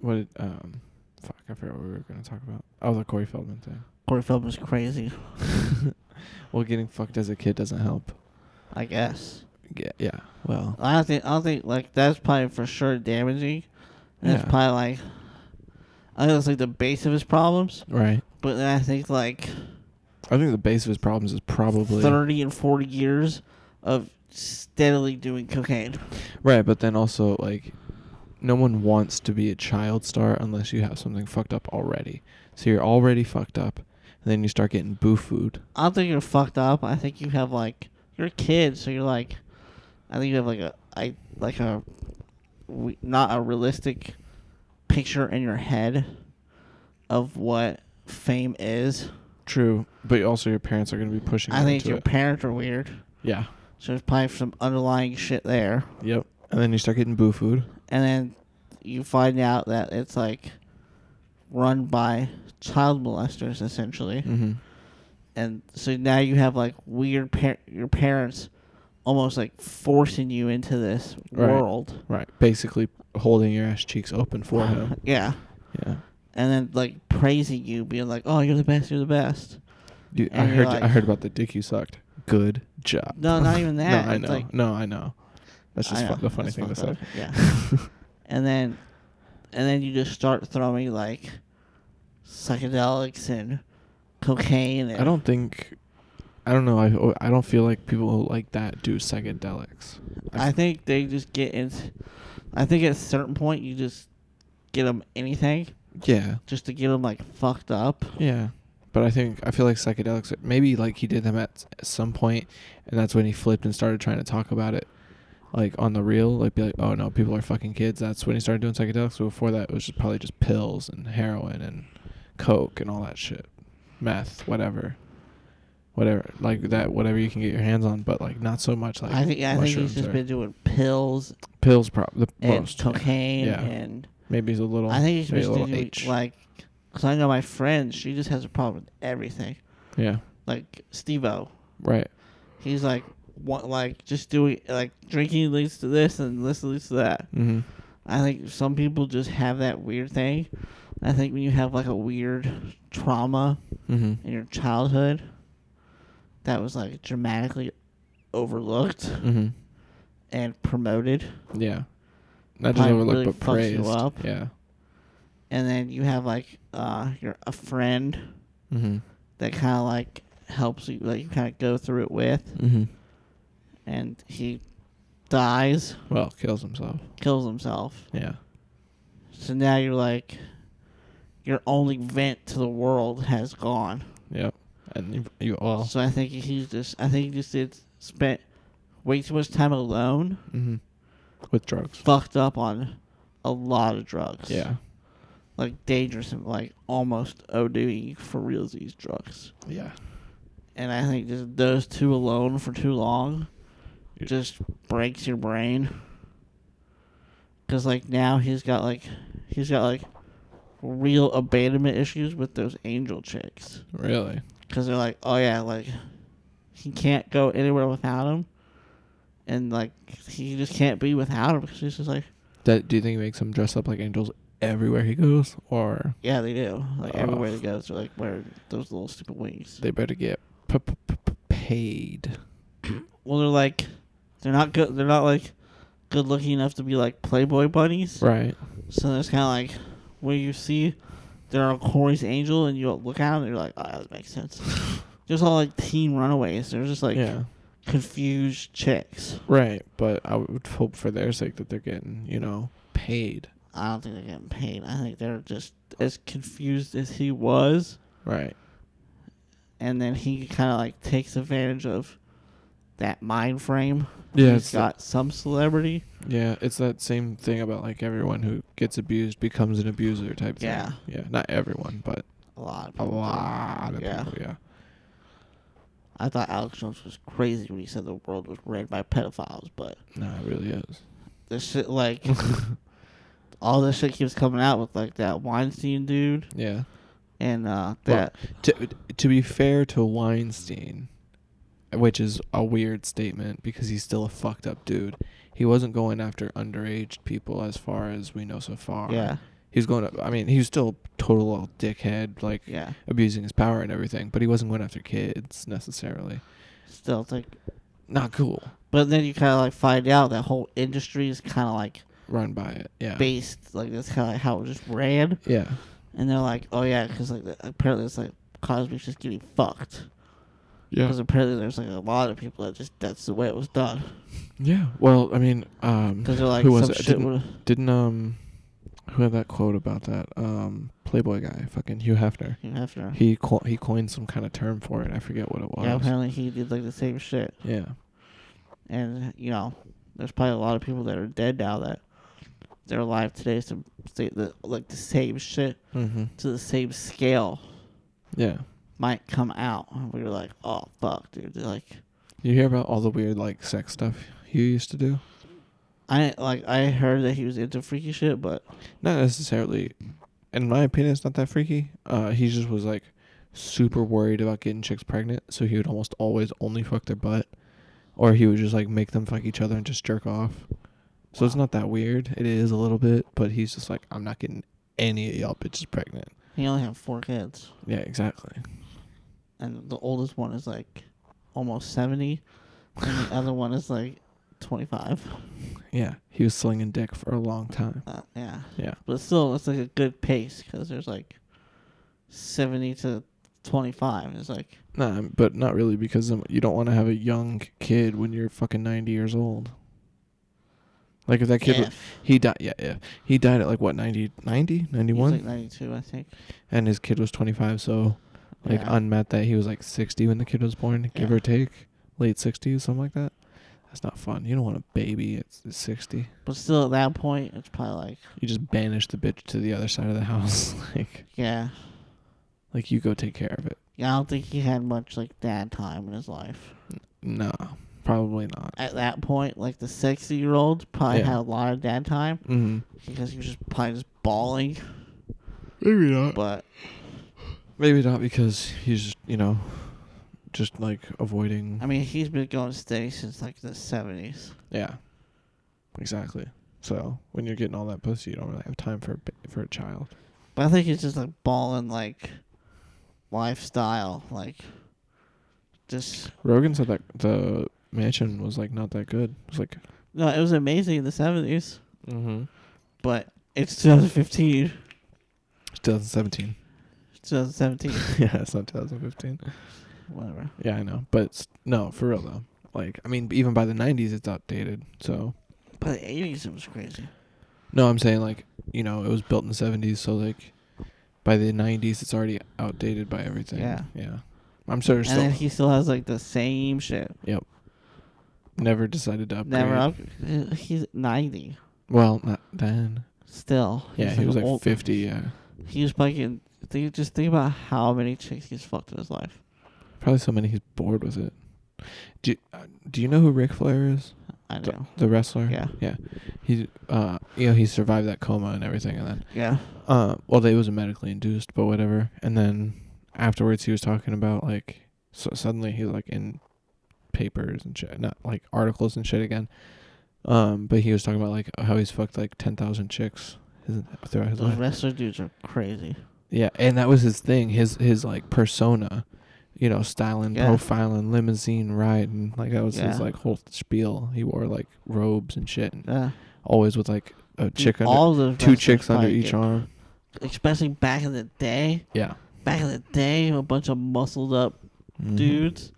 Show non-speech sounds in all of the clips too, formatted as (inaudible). what did, um fuck I forgot what we were gonna talk about. Oh, the Corey Feldman thing. Corey Feldman's crazy, Well, getting fucked as a kid doesn't help. I guess. Yeah. Yeah. Well. I don't think I don't think like that's probably for sure damaging. That's Yeah. probably like I think that's like the base of his problems. Right. But then I think like I think the base of his problems is probably thirty and forty years of steadily doing cocaine. right, but then also like, no one wants to be a child star unless you have something fucked up already. So you're already fucked up, and then you start getting boo food. I don't think you're fucked up. I think you have like you're a kid, so you're like I think you have like a I like a re- not a realistic picture in your head of what fame is. True, but also your parents are gonna be pushing. I you think into your it. parents are weird. Yeah. So there's probably some underlying shit there. Yep. And then you start getting boo food. And then you find out that it's like run by child molesters essentially. Mm-hmm. And so now you have like weird par- your parents almost like forcing you into this Right. world. Uh, Right. Basically, holding your ass cheeks open (laughs) for him. yeah. Yeah. And then like praising you being like, "Oh, you're the best, you're the best." Dude, I And you're heard like- I heard about the dick you sucked. Good job. No, not (laughs) even that. no, I It's know. like- no, I know. That's just I fu- know, the funny that's thing to fucked say. up, Yeah. (laughs) and then and then you just start throwing like psychedelics and cocaine and I don't think. I don't know. I I don't feel like people like that do psychedelics. I think they just get in. I think at a certain point you just get them anything Yeah. just to get them like fucked up. Yeah. But I think I feel like psychedelics. Maybe like he did them at s- at some point, and that's when he flipped and started trying to talk about it, like on the real. Like be like, oh no, people are fucking kids. That's when he started doing psychedelics. But before that, it was just probably just pills and heroin and coke and all that shit, meth, whatever, whatever, like that, whatever you can get your hands on. But like not so much like I think I think he's mushrooms just or- been doing pills pills, prob the and most yeah. cocaine Yeah. and Maybe he's a little. I think he's maybe been a little doing H. like because I know my friend she just has a problem with everything yeah, like Steve-O. right. He's like what like just doing like drinking leads to this and this leads to that. Mm-hmm. I think some people just have that weird thing. I think when you have like a weird trauma Mm-hmm. in your childhood that was like dramatically overlooked Mm-hmm. and promoted Yeah. Not just Probably overlooked, really but fucks you praised. up. Yeah. and then you have like uh your a friend Mm-hmm. that kind of like helps you like you kind of go through it with Mm-hmm. and he dies Well, kills himself. kills himself Yeah. so now you're like your only vent to the world has gone Yep. And you, you all. so i think he's just i think he just did spent way too much time alone Mm-hmm. With drugs. fucked up on a lot of drugs Yeah. like dangerous and like almost ODing for real these drugs. Yeah. And I think just those two alone for too long Yeah. just breaks your brain. Cause like now he's got like he's got like real abandonment issues with those angel chicks. Really. Cause they're like, oh yeah, like he can't go anywhere without him, and like he just can't be without him. Cause he's just like, That do you think makes him dress up like angels everywhere he goes, or yeah, they do. Like Oh. everywhere he goes, they're like wearing those little stupid wings. they better get p- p- p- p- (clears throat) paid? Well, they're like, they're not good. They're not like good looking enough to be like Playboy bunnies. Right. So it's kind of like where you see there are Corey's Angel, and you look at him, and you're like, oh, that makes (laughs) sense. There's all like teen runaways. They're just like yeah. confused chicks. Right. But I would hope for their sake that they're getting you know paid. I don't think they're getting paid. I think they're just as confused as he was, Right. and then he kind of like takes advantage of that mind frame. Yeah. he's it's like- got some celebrity. Yeah, it's that same thing about like everyone who gets abused becomes an abuser type thing. Yeah. Yeah. Not everyone, but A lot. Of a people do. lot of Yeah. people, yeah. I thought Alex Jones was crazy when he said the world was ran by pedophiles, but No, it really is. this shit, like, all this shit keeps coming out with, like, that Weinstein dude (laughs) Yeah. and, uh, Well- that. To to be fair to Weinstein, which is a weird statement because he's still a fucked up dude. He wasn't going after underage people as far as we know so far. yeah. He was going. I mean, he was still total little dickhead, like Yeah. abusing his power and everything. But he wasn't going after kids necessarily. Still, it's like, Not cool. but then you kind of like find out that whole industry is kind of like Run by it. Yeah. based, like that's kind of like how it just ran. Yeah. And they're like, oh yeah, because like the, apparently it's like Cosby's just getting fucked. Yeah. Because apparently there's like a lot of people that just that's the way it was done. Yeah. Well, I mean, um, (laughs) Because they're like, who was some it? shit Didn't, would. didn't um, who had that quote about that? Um, Playboy guy, fucking Hugh Hefner. You have to. He co- he coined some kind of term for it. I forget what it was. Yeah, apparently he did like the same shit, Yeah. and you know, there's probably a lot of people that are dead now that they're alive today to say the like the same shit Mm-hmm. to the same scale Yeah. might come out, and we were like, oh fuck, dude, They're like You hear about all the weird like sex stuff Hugh used to do? I like I heard that he was into freaky shit, but Not necessarily. In my opinion, it's not that freaky. Uh, he just was like super worried about getting chicks pregnant, so he would almost always only fuck their butt, or he would just like make them fuck each other and just jerk off. So it's not that weird. It is a little bit, but he's just like, I'm not getting any of y'all bitches pregnant. he only had four kids, Yeah, exactly. and the oldest one is like almost seventy, and the other one is like twenty five. Yeah, he was slinging dick for a long time. Uh, yeah. Yeah. But still, it's like a good pace because there's like 70 to 25. It's like, Nah, but not really because then you don't want to have a young kid when you're fucking 90 years old. Like if that kid, if. He died. Yeah, yeah. He died at like what 90, 90, He was 91? like 92, I think. and his kid was twenty five. So like Yeah. unmet that he was like sixty when the kid was born, give Yeah. or take, late sixties, something like that. That's not fun. You don't want a baby at s- sixty. But still, at that point, it's probably like, You just banish the bitch to the other side of the house. (laughs) like yeah. like you go take care of it. Yeah, I don't think he had much like dad time in his life. No, probably not. At that point, like the 60 year old probably Yeah. had a lot of dad time Mm-hmm. because he was just probably just bawling. Maybe not. But Maybe not because he's you know just like avoiding. I mean, he's been going steady since like the 70s. Yeah, exactly. So when you're getting all that pussy, you don't really have time for a, ba- for a child. But I think he's just like balling like lifestyle, like just Rogan said that the mansion was like not that good. It's like no. It was amazing in the seventies, mm-hmm. but it's 2015, (laughs) 2017. 2017, yeah, it's not 2015. whatever. Yeah, I know, but it's, no, for real though. Like, I mean, even by the 90s, it's outdated. So But the eighties it was crazy. no, I'm saying like you know it was built in the 70s, so like by the 90s, it's already outdated by everything. Yeah. yeah. I'm sure and then still he still has like the same shit. never decided to upgrade. Never up. He's ninety Well, not then. still. Yeah, He's, he was like old- 50. Yeah, He was fucking. Think, just think about how many chicks he's fucked in his life. probably so many he's bored with it. Do uh, Do you know who Ric Flair is? I The- know. The wrestler. Yeah, he uh you know he survived that coma and everything and then yeah. uh well they was medically induced but whatever and then afterwards he was talking about like so suddenly he's like in papers and shit not like articles and shit again um but he was talking about like how he's fucked like 10,000 chicks his, throughout his Those life wrestler dudes are crazy. yeah and that was his thing his his like persona you know styling Yeah. profiling limousine riding like that was Yeah. his like whole spiel he wore like robes and shit and Yeah. always with like a Dude, chick under all the two wrestlers chicks under probably each get- arm. Especially back in the day, Yeah. back in the day, a bunch of muscled up Mm-hmm. dudes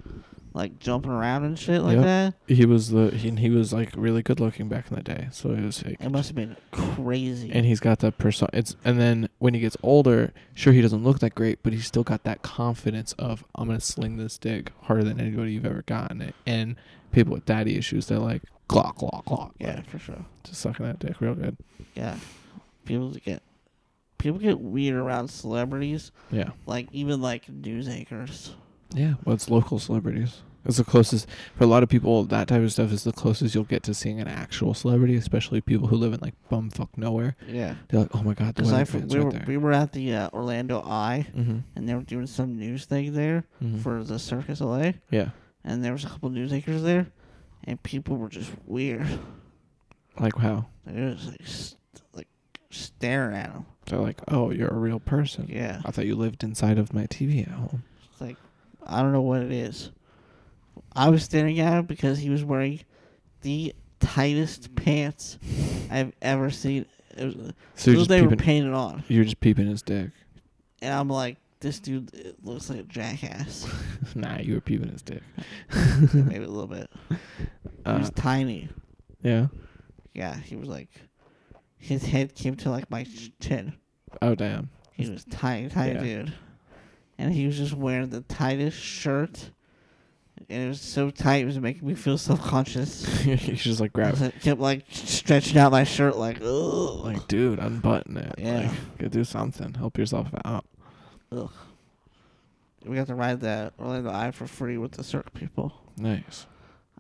like jumping around and shit like Yep. that. He was the he, and he was like really good looking back in the day. So he was like, It must have been crazy. and he's got that person. It's and then when he gets older, sure he doesn't look that great, but he's still got that confidence of I'm gonna sling this dick harder than anybody you've ever gotten it. And people with daddy issues, they're like glock glock glock. yeah, like, for sure. just sucking that dick real good. Yeah, people get people get weird around celebrities, Yeah, like even like news anchors. yeah. Well, it's local celebrities. It's the closest for a lot of people. That type of stuff is the closest you'll get to seeing an actual celebrity, especially people who live in like bumfuck nowhere. Yeah, They're like, oh my god, the because I weather fr- fan's we right were there. we were at the uh, Orlando Eye, mm-hmm. and they were doing some news thing there for the Circus LA, yeah, and there was a couple news anchors there, and people were just weird. like how? Like, it was like s- like staring at him. They're like, oh, you're a real person. Yeah. I thought you lived inside of my TV at home. It's like I don't know what it is. I was staring at him because he was wearing the tightest pants I've ever seen. It was, So you're those just they were peeping. painted on, you're just peeping his dick. (laughs) and I'm like, this dude it looks like (laughs) a jackass. nah, you were peeping his dick. Maybe a little bit. he Uh, was tiny. yeah. Yeah, he was like, his head came to like my ch- chin. Oh damn. (laughs) He was tiny, tiny Yeah. dude, and he was just wearing the tightest shirt, and it was so tight it was making me feel self conscious. (laughs) you should just like (laughs) grab. I kept like stretching out my shirt, like, ugh, like, Like, dude, unbutton it. Yeah. Like, go do something. Help yourself out. ugh. We got to ride that Orlando Eye for free with the Cirque people. Nice.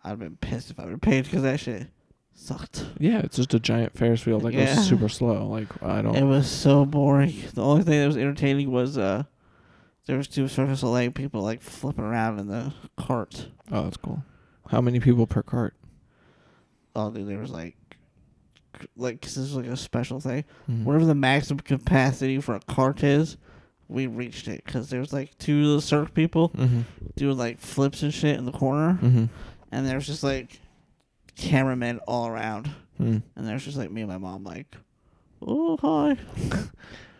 I'd have been pissed if I'd been paid because that shit sucked. Yeah, it's just a giant Ferris wheel that Yeah. goes super slow. Like, I don't. It was so boring. The only thing that was entertaining was uh, there was two Cirque du Soleil people like flipping around in the cart. oh, that's cool. How many people per cart? Oh, dude, there was like, like 'cause this was like a special thing. Mhm. Whatever the maximum capacity for a cart is, we reached it because there was like two of the Cirque people. Mhm. doing like flips and shit in the corner, Mhm. and there's just like cameramen all around, Mhm. and there's just like me and my mom like, oh hi,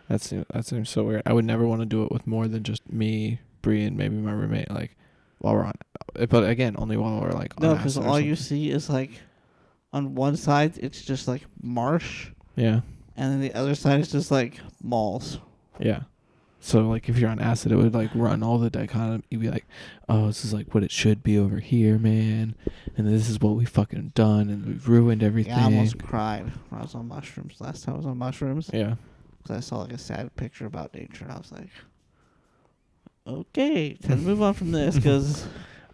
That seems that seems so weird. I would never want to do it with more than just me, Bree, and maybe my roommate. Like, while we're on, uh, but again, only while we're like on no, because acid or all you something. see is like, on one side it's just like marsh, Yeah, and then the other side is just like malls. yeah. So like, if you're on acid, it would like run all the dichotomy. You'd be like, oh, this is like what it should be over here, man, and this is what we fucking done, and we've ruined everything. Yeah, I almost cried when I was on mushrooms last time I was on mushrooms Yeah. because I saw like a sad picture about nature, and I was like. Okay, time to move on from (laughs) this because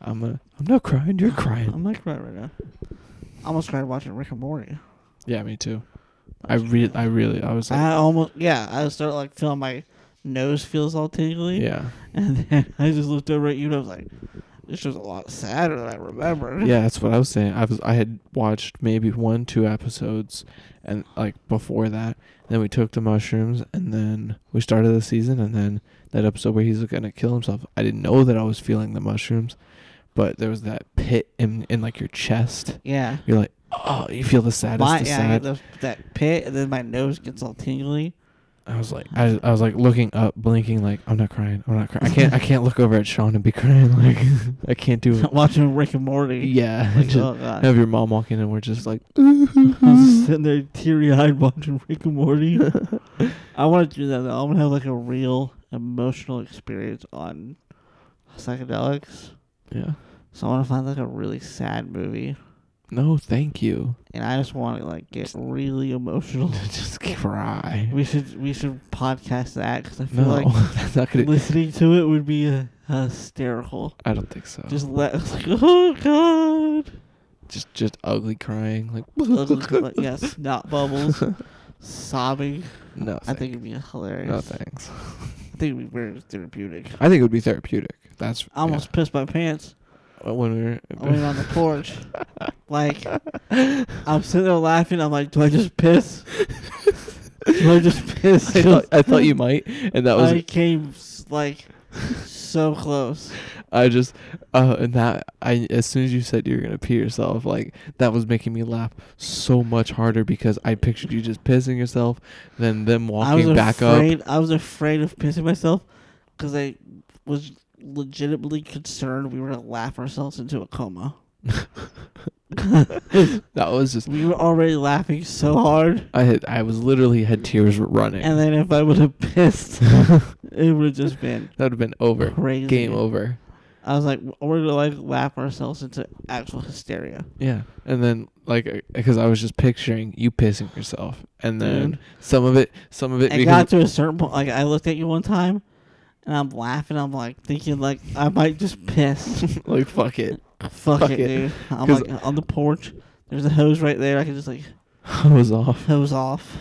I'm a, I'm not crying. You're crying. (laughs) I'm like right right now. I almost cried watching Rick and Morty. Yeah, me too. I really, I really, I was like, I almost yeah, I started like feeling my nose feels all tingly. yeah, And then I just looked over at you and I was like, This was a lot sadder than I (laughs) remembered. yeah. That's what I was saying. I was, I had watched maybe one, two episodes, and like before that, then we took the mushrooms, and then we started the season, and then that episode where he's gonna kill himself. I didn't know that I was feeling the mushrooms, but there was that pit in in like your chest. Yeah. You're like, oh, you feel the saddest. My, of yeah, I sad. get the, that pit and then my nose gets all tingly. I was like, I, I was like looking up, blinking, like I'm not crying, I'm not crying. I can't, I can't look over at Sean and be crying. (laughs) Like I can't do it. (laughs) Watching Rick and Morty. Yeah, (laughs) Like, just oh god. (laughs) have your mom walk in and we're just like, I'm just sitting there teary eyed watching Rick and Morty. (laughs) I wanna do that though. I wanna have like a real emotional experience on psychedelics. yeah, So I wanna find like a really sad movie. no, thank (laughs) you. and I just want to like get really (laughs) emotional. just cry. we should we should podcast that because I feel No, (laughs) (laughs) like that's not gonna. listening to it would be uh, hysterical. I don't think so. Just, Just let (laughs) it's like oh god, just, just ugly crying, like (laughs) Ugly, like, yeah, snot bubbles, sobbing. no. I thank- think it'd be hilarious. no (laughs) thanks. I think it'd be very therapeutic. I think it would be therapeutic. That's I almost pissed (laughs) my pants. yeah. when we (laughs) were. I went on the porch. Like I'm sitting there laughing. I'm like, do I just piss? do I just (laughs) (laughs) piss? I thought, I thought you might, and that was I came s- like so close. I just uh and that I as soon as you said you were gonna pee yourself, like that was making me laugh so much harder because I pictured you just pissing yourself, then them I walking was back up. afraid. I was afraid of pissing myself because I was legitimately concerned we were gonna laugh ourselves into a coma. That was just We were already laughing so hard, I had I was literally had tears running. and then if I would have (laughs) (laughs) pissed, it would have just been that would have been over. crazy. Game over. I was like, we're gonna like laugh ourselves into actual hysteria. Yeah. And then like because I was just picturing you pissing yourself, and then Dude. some of it, some of it. It got (laughs) to a certain point. Like I looked at you one time, and I'm laughing. I'm like thinking like I might just (laughs) piss. like fuck it. Fuck, Fuck it, it. dude. I'm 'Cause- like on the porch. There's a hose right there. I can just like I was off. hose (laughs) off.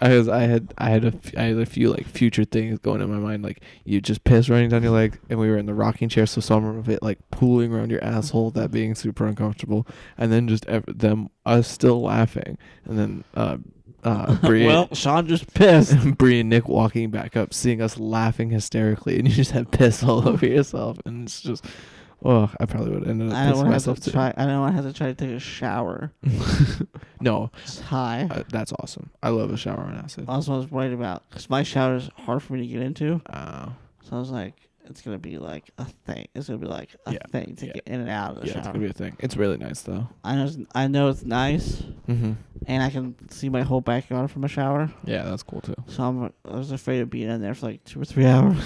I was, I had, I had a, f- I had a few like future things going in my mind. Like you just piss running down your leg, and we were in the rocking chair, so some of it like pooling around your asshole, that being super uncomfortable, and then just ev- them us still laughing, and then uh, uh, Brie, (laughs) well, Sean just pissed. (laughs) Brie and Nick walking back up, seeing us laughing hysterically, and you just had piss all (laughs) over yourself, and it's just, oh, I probably would have ended up I don't pissing want to have myself to too. try. I don't want to have to try to take a shower. no, It's high. uh, that's awesome. I love a shower on acid. That's what I was worried about because my shower is hard for me to get into. Uh, So I was like, it's gonna be like a thing. It's gonna be like a Yeah, thing to yeah. get in and out of the yeah, it's shower. gonna be a thing. It's really nice though. I know. It's, I know it's nice, Mm-hmm. and I can see my whole backyard from a shower. Yeah, that's cool too. (laughs) So I'm. I was afraid of being in there for like two or three (laughs) hours.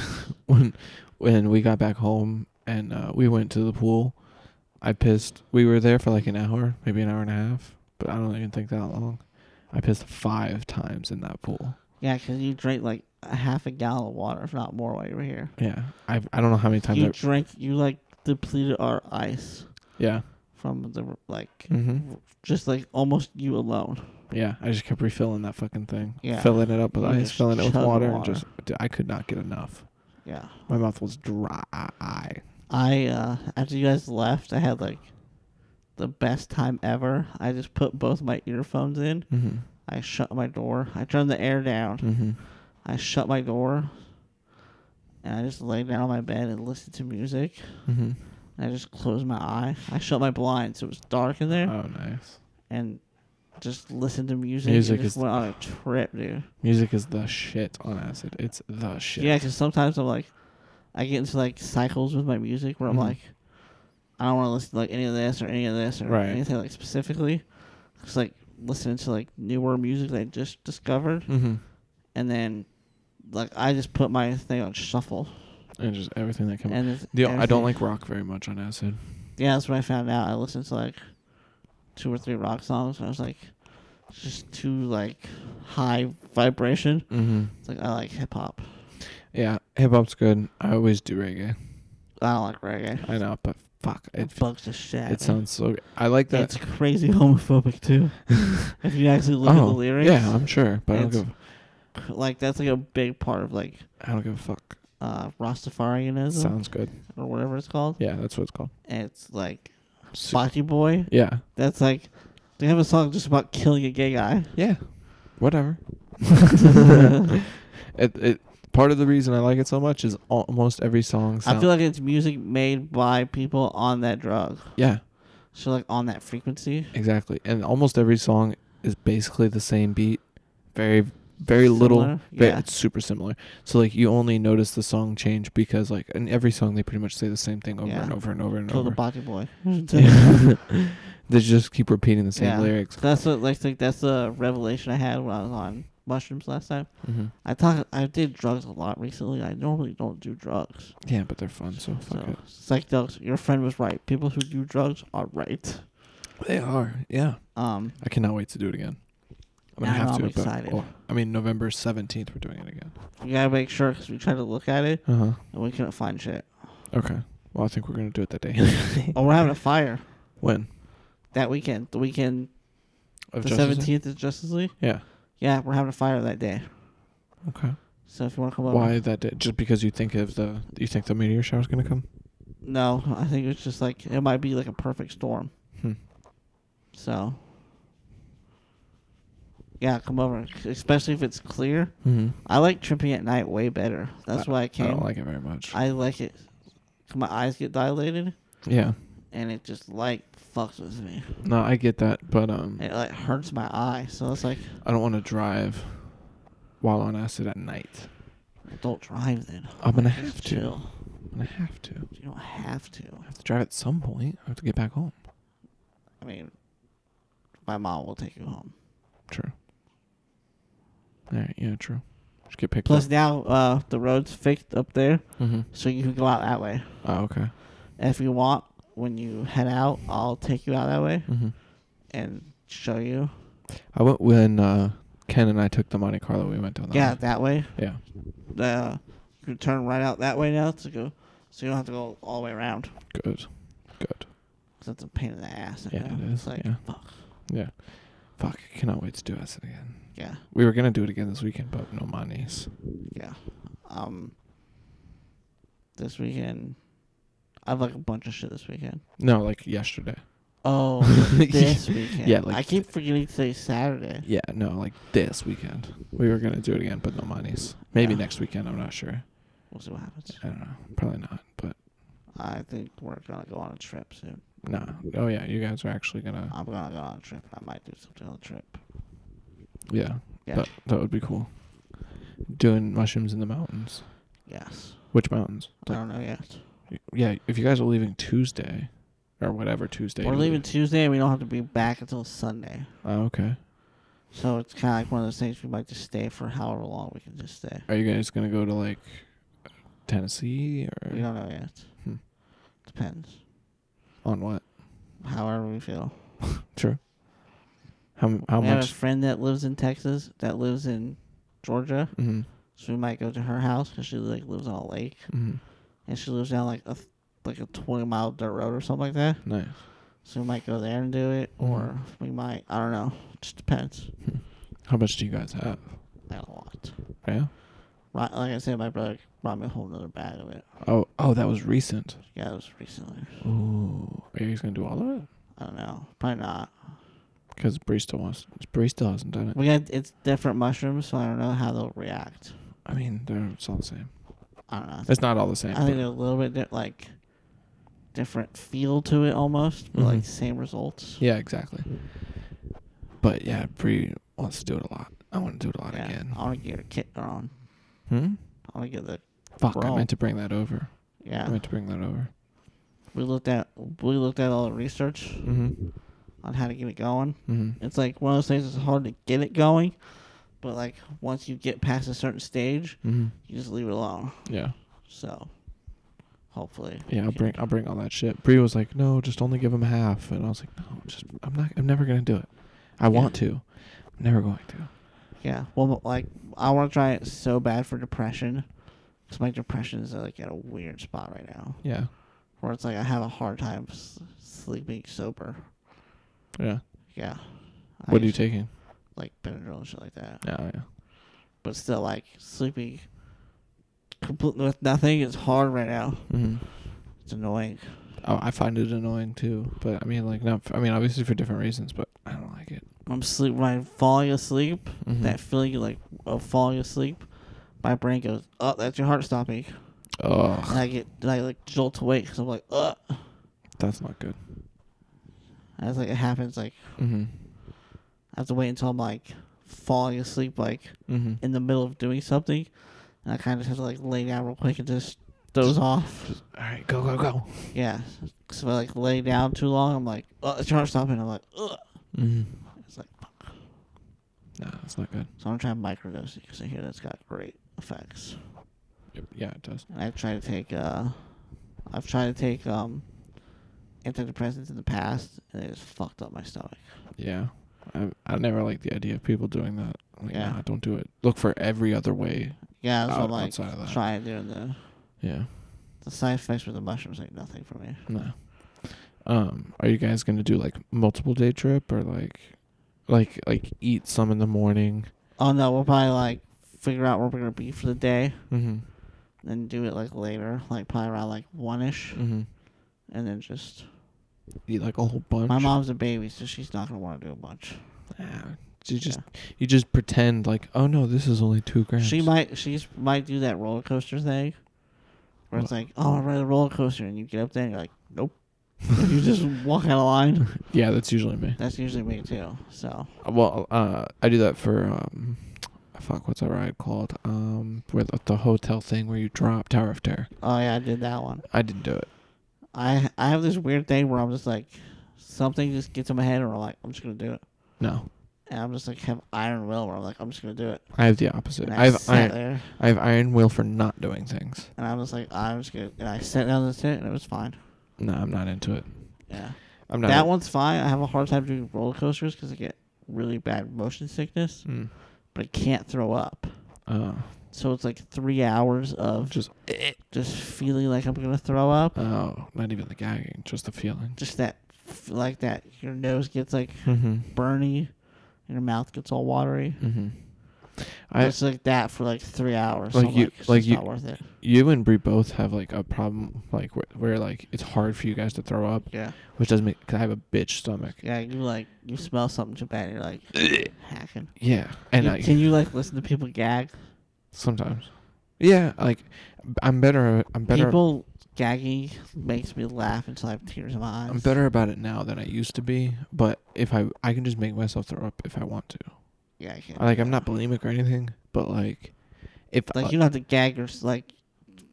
when when we got back home and uh, we went to the pool, I pissed. We were there for like an hour, maybe an hour and a half, but I don't even think that long. I pissed five times in that pool. yeah, because you drank like a half a gallon of water, if not more, while you were here. Yeah, I I don't know how many times. you I, drank. You like depleted our ice yeah, from the like. mm-hmm. Just like almost you alone. yeah. I just kept refilling that fucking thing. Yeah. filling it up with You ice, just filling it with chug water, and water. just dude, I could not get enough. Yeah. My mouth was dry. I uh after you guys left, I had like the best time ever. I just put both my earphones in. Mm-hmm. I shut my door. I turned the air down. Mm-hmm. I shut my door. And I just lay down on my bed and listened to music. Mm-hmm. And I just closed my eye. I shut my blinds. so It was dark in there. Oh, nice. and just listened to music. Music and just is- went on a trip, dude. Music is the shit on acid. It's the shit. Yeah, because sometimes I'm like, I get into like cycles with my music where I'm Mhm. like, I don't want to listen to like any of this or any of this or Right. anything like specifically. Just like listening to like newer music that I just discovered, Mm-hmm. and then like I just put my thing on shuffle. And just everything that came. and it's The, I don't everything- like rock very much on acid. Yeah, that's what I found out. I listened to like two or three rock songs, and I was like, it's just too like high vibration. Mm-hmm. It's like I like hip hop. Yeah, hip hop's good. I always do reggae. I don't like reggae. I know, but fuck, it, It bugs the shit. out it of me. sounds so. Good. I like that. It's crazy (laughs) (laughs) homophobic too. if you actually look at the lyrics, Oh, yeah, I'm sure, but I don't It's- give. (laughs) like that's like a big part of like I don't give a fuck. uh Rastafarianism sounds good. or whatever it's called. Yeah, that's what it's called. And it's like Su- Body Boy. yeah, That's like they have a song just about killing a gay guy. yeah, whatever. (laughs) it, it part of the reason I like it so much is almost every song. Sound, I feel like it's music made by people on that drug. yeah, So like on that frequency. exactly, and almost every song is basically the same beat. Very, very little. Similar, Ve- Yeah. It's super similar. So like you only notice the song change because like in every song they pretty much say the same thing over Yeah. and over and over and Kill the over. (laughs) body boy. (laughs) they just keep repeating the same Yeah. lyrics. That's what like, like that's the revelation I had when I was on mushrooms last time. Mm-hmm. I talk I did drugs a lot recently. I normally don't do drugs. Yeah, but they're fun, so fuck So, psychedelics. Your friend was right. People who do drugs are right. it. They are. Yeah, Um, I cannot wait to do it again. I'm I gonna know, have I'm to. but- excited. oh, I mean, November seventeenth, we're doing it again. we gotta make sure because we tried to look at it Uh huh. and we couldn't (laughs) find shit. Okay. Well, I think we're gonna do it that day. (laughs) Oh, we're having a fire when? that weekend. The weekend, Of the Justice League? seventeenth is Justice League. Yeah. Yeah, we're having a fire that day. Okay. So if you want to come over, Why that day? Just because you think of the you think the meteor shower's gonna come? no, I think it's just like it might be like a perfect storm. Hmm. So. Yeah, come over, especially if it's clear. Mm-hmm. I like tripping at night way better. That's why I I came. don't like it very much. I like it. My eyes get dilated, yeah. and it just like fucks with me. No, I get that, but um, It like hurts my eye, so it's like, I don't want to drive while on acid at night. don't drive then. I'm gonna Just have to. chill. I'm gonna have to. You don't have to. I have to drive at some point. I have to get back home. I mean, my mom will take you home. True. All right. Yeah. True. Just get picked Plus up. now, uh, the road's fixed up there, Mm-hmm. so you can go out that way. Oh, okay. And if you want, when you head out, I'll take you out that way Mm-hmm. and show you. I went when uh, Ken and I took the Monte Carlo. We went down that. Yeah, way. that way. Yeah. Uh, you can turn right out that way now to go, so you don't have to go all the way around. Good. Good. 'Cause that's a pain in the ass. I Yeah, know. it It's is, like, yeah. fuck. Yeah. Fuck. I cannot wait to do acid again. Yeah, We were gonna do it again this weekend, but no monies. yeah. Um, this weekend, I have like a bunch of shit this weekend. No, like yesterday. (laughs) Oh, this weekend. Yeah, like- I keep forgetting today's Saturday. Yeah, no, like this weekend. We were gonna do it again, but no monies. Maybe Yeah. next weekend. I'm not sure. We'll see what happens. I don't know. Probably not. But I think we're gonna go on a trip soon. no. Oh yeah, you guys are actually gonna. I'm gonna go on a trip. I might do something on a trip. Yeah. Yeah. That that would be cool. Doing mushrooms in the mountains. Yes. Which mountains? I don't know yet. Yeah. If you guys are leaving Tuesday, or whatever Tuesday. We're you're leaving Tuesday, and we don't have to be back until Sunday. Oh, okay. So it's kind of like one of those things we might just stay for however long we can just stay. Are you guys gonna go to like Tennessee or We don't know yet. Hmm. Depends. on what? However we feel. True. How m- how we have much? a friend that lives in Texas, that lives in Georgia, hmm so we might go to her house because she like lives on a lake, hmm and she lives down like a th- like a twenty mile dirt road or something like that. Nice. So we might go there and do it, Mm-hmm. or we might I don't know. Just depends. How much do you guys have? I got a lot. Yeah. Right, like I said, my brother brought me a whole nother bag of it. Oh oh, that was recent. Yeah, it was recently. Ooh. Are you guys gonna do all of it? I don't know. Probably not. Because Bree still wants. Bree still hasn't done it. We got it's different mushrooms, so I don't know how they'll react. I mean, they're it's all the same. I don't know. It's not all the same. I think they're but- a little bit di- like different feel to it almost, but like Mhm. same results. yeah, exactly. But yeah, Bree wants to do it a lot. I want to do it a lot Yeah, again. I want to get a kit on. Hmm. I want to get the Fuck! I Bro. meant to bring that over. I yeah. meant to bring that over. We looked at we looked at all the research Mm-hmm. on how to get it going. Mm-hmm. It's like one of those things. It's hard to get it going, but like once you get past a certain stage, Mm-hmm. you just leave it alone. Yeah. So hopefully, Yeah, we I'll can- bring I'll bring all that shit. Bree was like, "No, just only give him half," and I was like, "No, just I'm not. I'm never gonna do it. I want to. I'm never going to." Yeah. Well, but, like I want to try it so bad for depression, because my depression is like at a weird spot right now. Yeah, where it's like I have a hard time s- sleeping sober. yeah. Yeah. What are you used to, taking? Like Benadryl and shit like that. Yeah, yeah. But still, like sleeping complete with nothing is hard right now. hmm It's annoying. Oh, I find it annoying too. But I mean, like, not. I mean, obviously for different reasons, but I don't like it. I'm sleep when I'm falling asleep. Mhm. That feeling like of falling asleep, my brain goes, "Oh, that's your heart stopping," and Oh, I get and I like jolt awake because I'm like, "Ugh." that's not good. As like it happens, like Mm-hmm. I have to wait until I'm like falling asleep, like Mm-hmm. in the middle of doing something, and I kind of just have to like lay down real quick and just doze off. All right, go, go, go. Yeah, because if I like lay down too long, I'm like, oh, it's trying to stop, and I'm like, ugh. Mm-hmm. It's like, fuck. No, that's not good. So I'm trying microdosing because I hear that's got great effects. Yep, Yeah, it does. And I try to take, uh, I've tried to take um, antidepressants in the past, and it just fucked up my stomach. Yeah, I I never like the idea of people doing that. Like, Yeah. nah, don't do it. Look for every other way. Yeah, so Out- I'm like outside of that. trying doing the Yeah. the side effects with the mushrooms like nothing for me. No. Um, are you guys gonna do like multiple day trip or like, like like eat some in the morning? Oh no, we'll probably like figure out where we're gonna be for the day. Mm-hmm. then do it like later, like probably around like one ish, Mm-hmm. and then just. Eat like a whole bunch. My mom's a baby, so she's not gonna want to do a bunch. Ah, you just you just pretend like oh no this is only two grams. (laughs) She might, she's might do that roller coaster thing, where it's like, oh, I ride a roller coaster, and you get up there and you're like, (laughs) nope, And you just walk out of line. (laughs) Yeah, that's usually me. That's usually me too. So Uh, Well, uh, I do that for um, fuck, what's that ride called? Um, where the, the hotel thing where you drop Tower of Terror. oh yeah, I did that one. I didn't do it. I I have this weird thing where I'm just like, something just gets in my head, and I'm like, I'm just gonna do it, No, and I'm just like have iron will, where I'm like, I'm just gonna do it. I have the opposite. And I have iron, sat there, I have iron will for not doing things. and I'm just like, I'm just gonna, and I sat down and sit, and it was fine. No, I'm not into it. Yeah. I'm not. That one's fine. I have a hard time doing roller coasters because I get really bad motion sickness, Mm. but I can't throw up. Oh, So it's like three hours of eh, just just feeling like I'm gonna throw up. oh, not even the gagging, just the feeling. Just that, f- like that, your nose gets like Mm-hmm. burny, and your mouth gets all watery. Mm-hmm. I it's like that for like three hours. Like so I'm you- like, it's like just you- not worth it. you and Brie both have like a problem like where, where like it's hard for you guys to throw up, Yeah, which doesn't make cause I have a bitch stomach. yeah. You like you smell something too bad. (laughs) You're like hacking. Yeah, Eh. and You- like can you like listen to people gag? sometimes, yeah, like I'm better. I'm better. People gagging makes me laugh until I have tears in my eyes. I'm better about it now than I used to be. But if I I can just make myself throw up if I want to. Yeah, I can't. Like do I'm not that. bulimic or anything, but like if Like you don't have to gag or s- like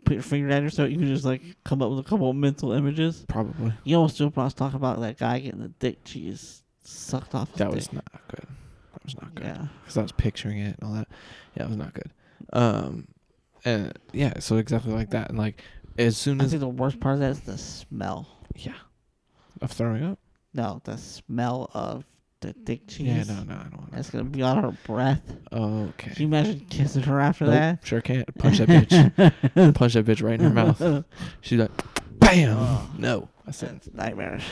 put your finger down your throat. You can just like come up with a couple of mental images. probably You almost do about talk about that guy getting the dick cheese sucked off. His that dick. was not good. That was not good. yeah. because I was picturing it and all that. Yeah, it was not good. Um, and yeah, so exactly like that, and like as soon I as think the worst part of that is the smell. yeah, of throwing up. No, the smell of the dick cheese. Yeah, no, no, I don't want That's gonna be on her breath. to. Okay. Can you imagine kissing her after Nope, that? sure (laughs) can't punch that bitch. bitch. punch that bitch right in (laughs) her mouth. She's like, bam. Oh. No, I said That's nightmarish.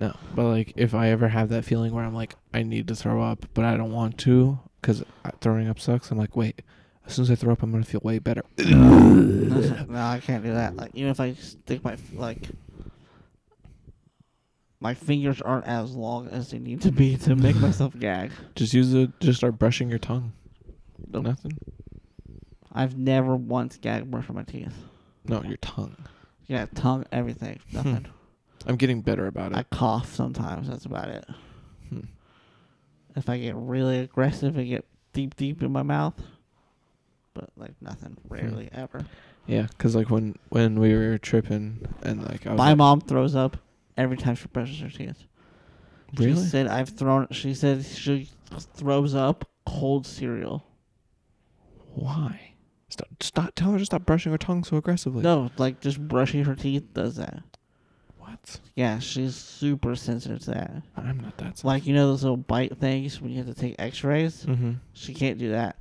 no. But like, if I ever have that feeling where I'm like, I need to throw up, but I don't want to because throwing up sucks. I'm like, wait. As soon as I throw up, I'm gonna feel way better. (laughs) no, I can't do that. Like even if I stick my f- like my fingers aren't as long as they need to be to (laughs) make myself gag. Just use the, just start brushing your tongue. Nope. Nothing. I've never once gagged brushing my teeth. No, your tongue. Yeah, tongue, (laughs) everything, nothing. I'm getting better about I it. cough sometimes. That's about it. Hmm. If I get really aggressive and get deep, deep in my mouth, but like nothing, Hmm. rarely ever. Yeah, cause like when when we were tripping and like I was My like, mom throws up every time she brushes her teeth. really She said I've thrown. She said she throws up cold cereal. why? Stop! Stop! Tell her to stop brushing her tongue so aggressively. no, like just brushing her teeth does that. What? Yeah, she's super sensitive to that. I'm not that. It's like you know those little bite things when you have to take X-rays. mm-hmm. She can't do that.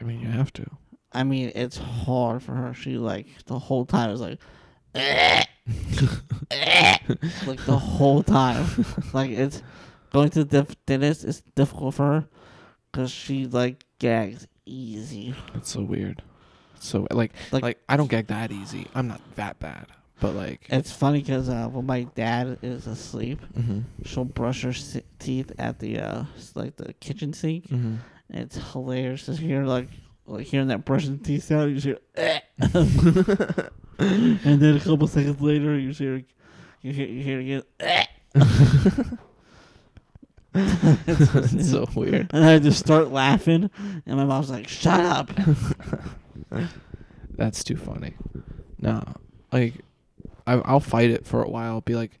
I mean, you have to. I mean, it's hard for her. She like the whole time is like, like the whole time. like it's going to the dentist is difficult for her because she like gags easy. That's so weird. So like, like Like- I don't gag that easy. I'm not that bad. But like, It's funny because uh, when my dad is asleep, mm-hmm. she'll brush her si- teeth at the uh s- like the kitchen sink. (laughs) Mm-hmm. And it's hilarious to hear like like hearing that brushing teeth sound. You just hear, "Eh." (laughs) and then a couple seconds later, you hear you hear you hear again. "Eh." (laughs) That's (laughs) so weird. And I just start laughing, and my mom's like, "Shut up!" That's too funny. No, like I, I'll fight it for a while. Be like,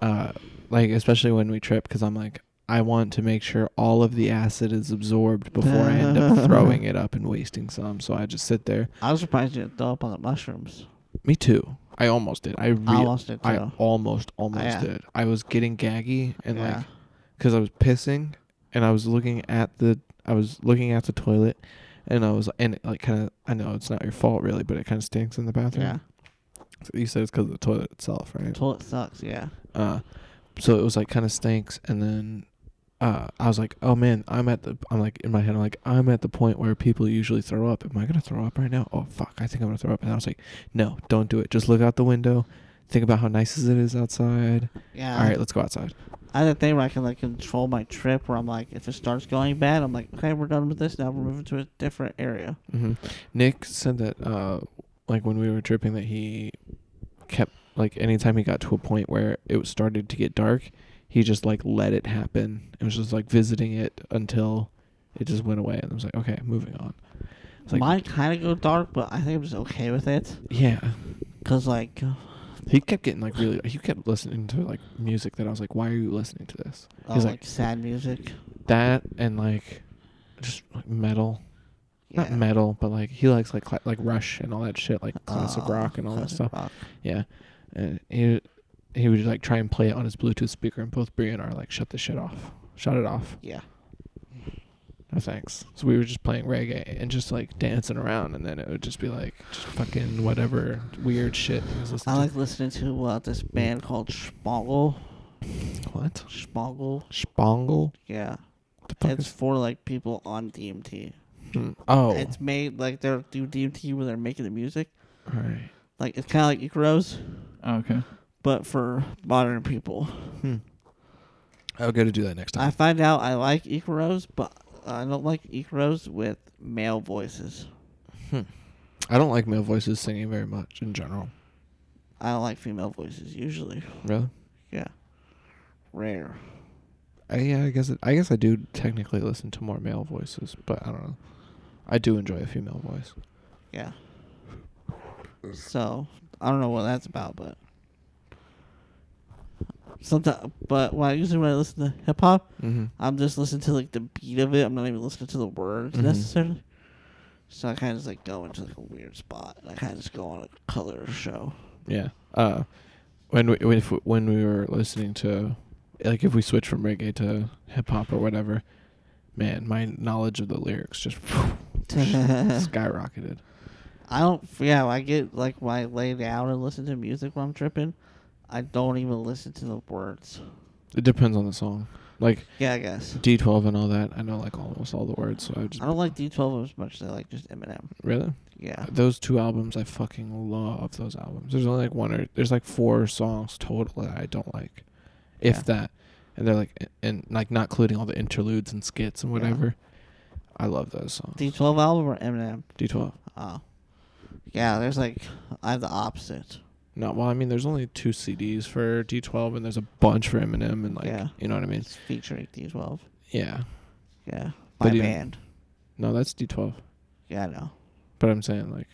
uh, like especially when we trip, because I'm like, I want to make sure all of the acid is absorbed before I end (laughs) up throwing it up and wasting some. So I just sit there. I was surprised you didn't throw up on the mushrooms. Me too. I almost did. I re- I lost it too. I almost almost Yeah. did. I was getting gaggy and Yeah. like because I was pissing and I was looking at the I was looking at the toilet and I was and it, like kind of I know it's not your fault really, but it kind of stinks in the bathroom. yeah, So you said it's because of the toilet itself, right? toilet sucks. Yeah, Uh, so it was like kind of stinks, and then uh, I was like, oh man, I'm at the I'm like in my head I'm like I'm at the point where people usually throw up. Am I gonna throw up right now? Oh fuck, I think I'm gonna throw up. And I was like, no, don't do it. Just look out the window. Think about how nice it is outside. yeah. All right, let's go outside. I had a thing where I can like control my trip. Where I'm like, if it starts going bad, I'm like, okay, we're done with this now. We're moving to a different area. hmm Nick said that, uh, like when we were tripping, that he kept like anytime he got to a point where it started to get dark, he just like let it happen. It was just like visiting it until it just went away, and I was like, okay, moving on. It's like, Mine kind of go dark, but I think I'm just okay with it. yeah, Cause like, uh, he kept getting like really. He kept listening to like music that I was like, why are you listening to this? oh, He's like, like sad music. that and like just like metal, not Yeah. metal, but like he likes like cla- like Rush and all that shit, like classic Oh, rock and all that classic stuff. rock. Yeah. And he he would like try and play it on his Bluetooth speaker, and both Brie and I are like, shut this shit off. Shut it off. Yeah. No thanks. So we were just playing reggae and just like dancing around, and then it would just be like just fucking whatever weird shit. he was listening I like listening to uh, this band called Spangle. to. what Spangle. Spangle? Yeah. the fuck It's is- for like people on DMT. Mm. Oh, It's made like they're do DMT where they're making the music. all right. Like it's kind of like Icaros, Oh, okay. but for modern people. Hmm. I'll go to do that next I time. find out I like Icaros, but I don't like Icaros with male voices. hmm. I don't like male voices singing very much in general. I don't like female voices usually. Really? Yeah, rare. I, yeah, I guess it, I guess I do technically listen to more male voices, but I don't know. I do enjoy a female voice. Yeah. So I don't know what that's about, but sometimes. But when I usually when I listen to hip hop, Mm-hmm. I'm just listening to like the beat of it. I'm not even listening to the words Mhm. necessarily. So I kind of just like go into like a weird spot. and I kind of just go on a color show. Yeah. Uh, when we when, if, when we were listening to, like, if we switch from reggae to hip hop or whatever, man, my knowledge of the lyrics (laughs) just skyrocketed. I don't. Yeah, I get like when I lay down and listen to music while I'm tripping. I don't even listen to the words. It depends on the song. Like Yeah, I guess. D12 and all that, I know like almost all the words, so I just I don't like D12 as much as I like just Eminem. really Yeah. those two albums. I fucking love those albums. There's only like one or there's like four songs total that I don't like, if Yeah. that. And they're like and like not including all the interludes and skits and Yeah. whatever. I love those songs. D12 album or Eminem? D12. Oh. Yeah, there's like, I have the opposite. No, well, I mean, there's only two CDs for D12, and there's a bunch for Eminem, and like, Yeah. you know what I mean? It's featuring D12. Yeah. Yeah. But By even- band. No, that's D12. Yeah, I know. But I'm saying like,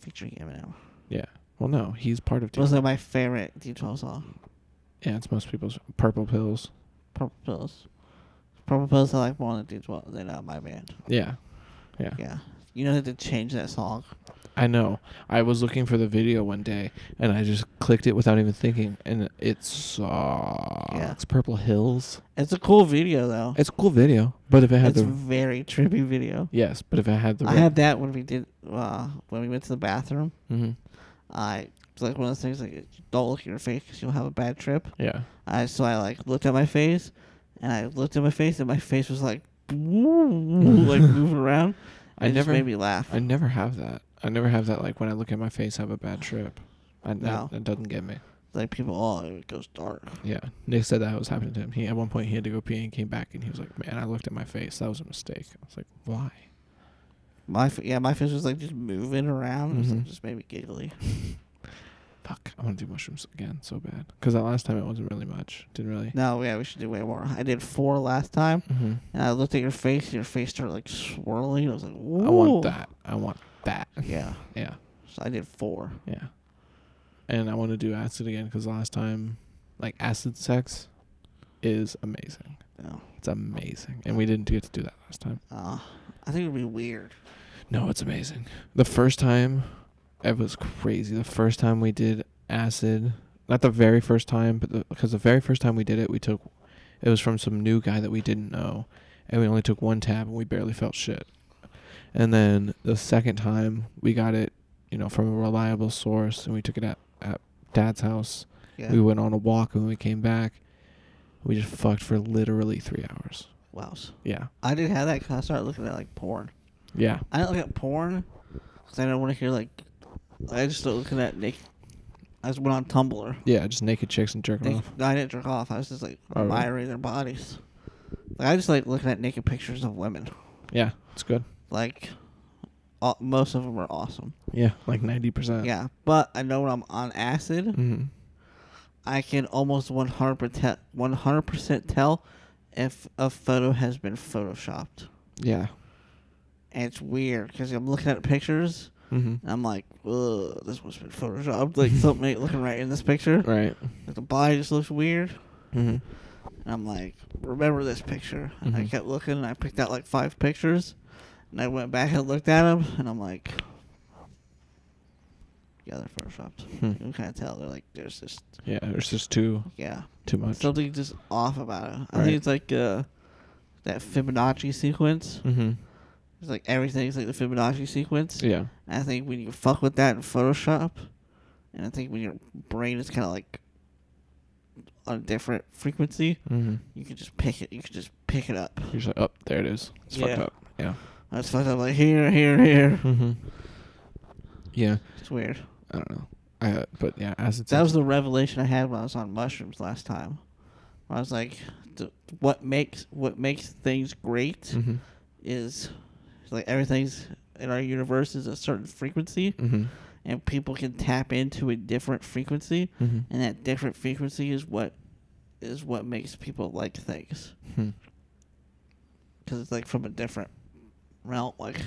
Featuring Eminem. yeah. Well, no, he's part of D12. Was that my favorite D12 song? yeah, it's most people's Purple Pills. Purple Pills. Purple Pills I like more than D12 than uh, my band. Yeah. Yeah. Yeah. You know, they had to change that song. I know. I was looking for the video one day, and I just clicked it without even thinking, and it sucks. Purple Hills. It's a cool video, though. It's a cool video, but if it had It's a the very trippy video. yes, but if it had the I had that when we did, uh, when we went to the bathroom. hmm I, it's like one of those things like, don't look at your face 'cause you'll have a bad trip. yeah. I so I like looked at my face, and I looked at my face, and my face (laughs) was like, like moving around. I It just never- made me laugh. I never have that. I never have that. Like when I look at my face, have a bad trip. I, No. that, that doesn't get me. like people, oh, it goes dark. Yeah, Nick said that was happening to him. He at one point he had to go pee and came back and he was like, "Man, I looked at my face. That was a mistake." I was like, "Why?" My f- yeah, my face was like just moving around. It was, like, Mhm. just made me giggly. Fuck, I want to do mushrooms again so bad. Cause that last time it wasn't really much. Didn't really. No, yeah, we should do way more. I did four last time, hmm and I looked at your face, and your face started like swirling. I was like, Ooh. I want that. I want that. (laughs) Yeah, Yeah, so I did four. yeah. And I want to do acid again because last time, like acid sex, is amazing. No, It's amazing, and we didn't get to do that last time. uh, I think it'd be weird. No, it's amazing. The first time, it was crazy. The first time we did acid, not the very first time, but the, because the very first time we did it, we took, it was from some new guy that we didn't know, and we only took one tab and we barely felt shit. And then the second time we got it, you know, from a reliable source, and we took it at at dad's house. Yeah. We went on a walk, and when we came back, we just fucked for literally three hours. Wow. Yeah, I did have that 'cause I started looking at like porn. yeah, I don't look at porn because I don't want to hear like. I just started looking at Nick. I just went on Tumblr. yeah. Just naked chicks and jerking Nick, off. no, I didn't jerk off. I was just like Oh, really? admiring their bodies. Like I just like looking at naked pictures of women. Yeah, it's good. Like, all, most of them are awesome. Yeah, like ninety percent. yeah, but I know when I'm on acid, Mm-hmm. I can almost 100 100 percent tell if a photo has been photoshopped. Yeah. And it's weird because I'm looking at pictures Mm-hmm. And I'm like, ugh, this must have been photoshopped. Like something ain't looking right in this picture. Right. Like the body just looks weird. Mm-hmm. And I'm like, remember this picture. And I Mhm. kept looking and I picked out like five pictures. And I went back and looked at them and I'm like, yeah, they're photoshopped. Hmm. You can kind of tell. They're like, there's just, Yeah, it's just too yeah, too much. something just off about it. I Right. think it's like uh, that Fibonacci sequence. mm-hmm. It's like everything's like the Fibonacci sequence. Yeah. I think when you fuck with that in Photoshop, and I think when your brain is kind of like on a different frequency, Mm-hmm. you could just pick it. You could just pick it up. You're just like, oh, there it is. It's fucked Yeah. up. Yeah. That's fucked up. Like here, here, here. Mm-hmm. Yeah. It's weird. I don't know. I, uh, but yeah, as it's That was the revelation I had when I was on mushrooms last time. I was like, th- what makes what makes things great hmm is like everything's in our universe is a certain frequency, hmm and people can tap into a different frequency, hmm and that different frequency is what is what makes people like things hmm because it's like from a different realm, like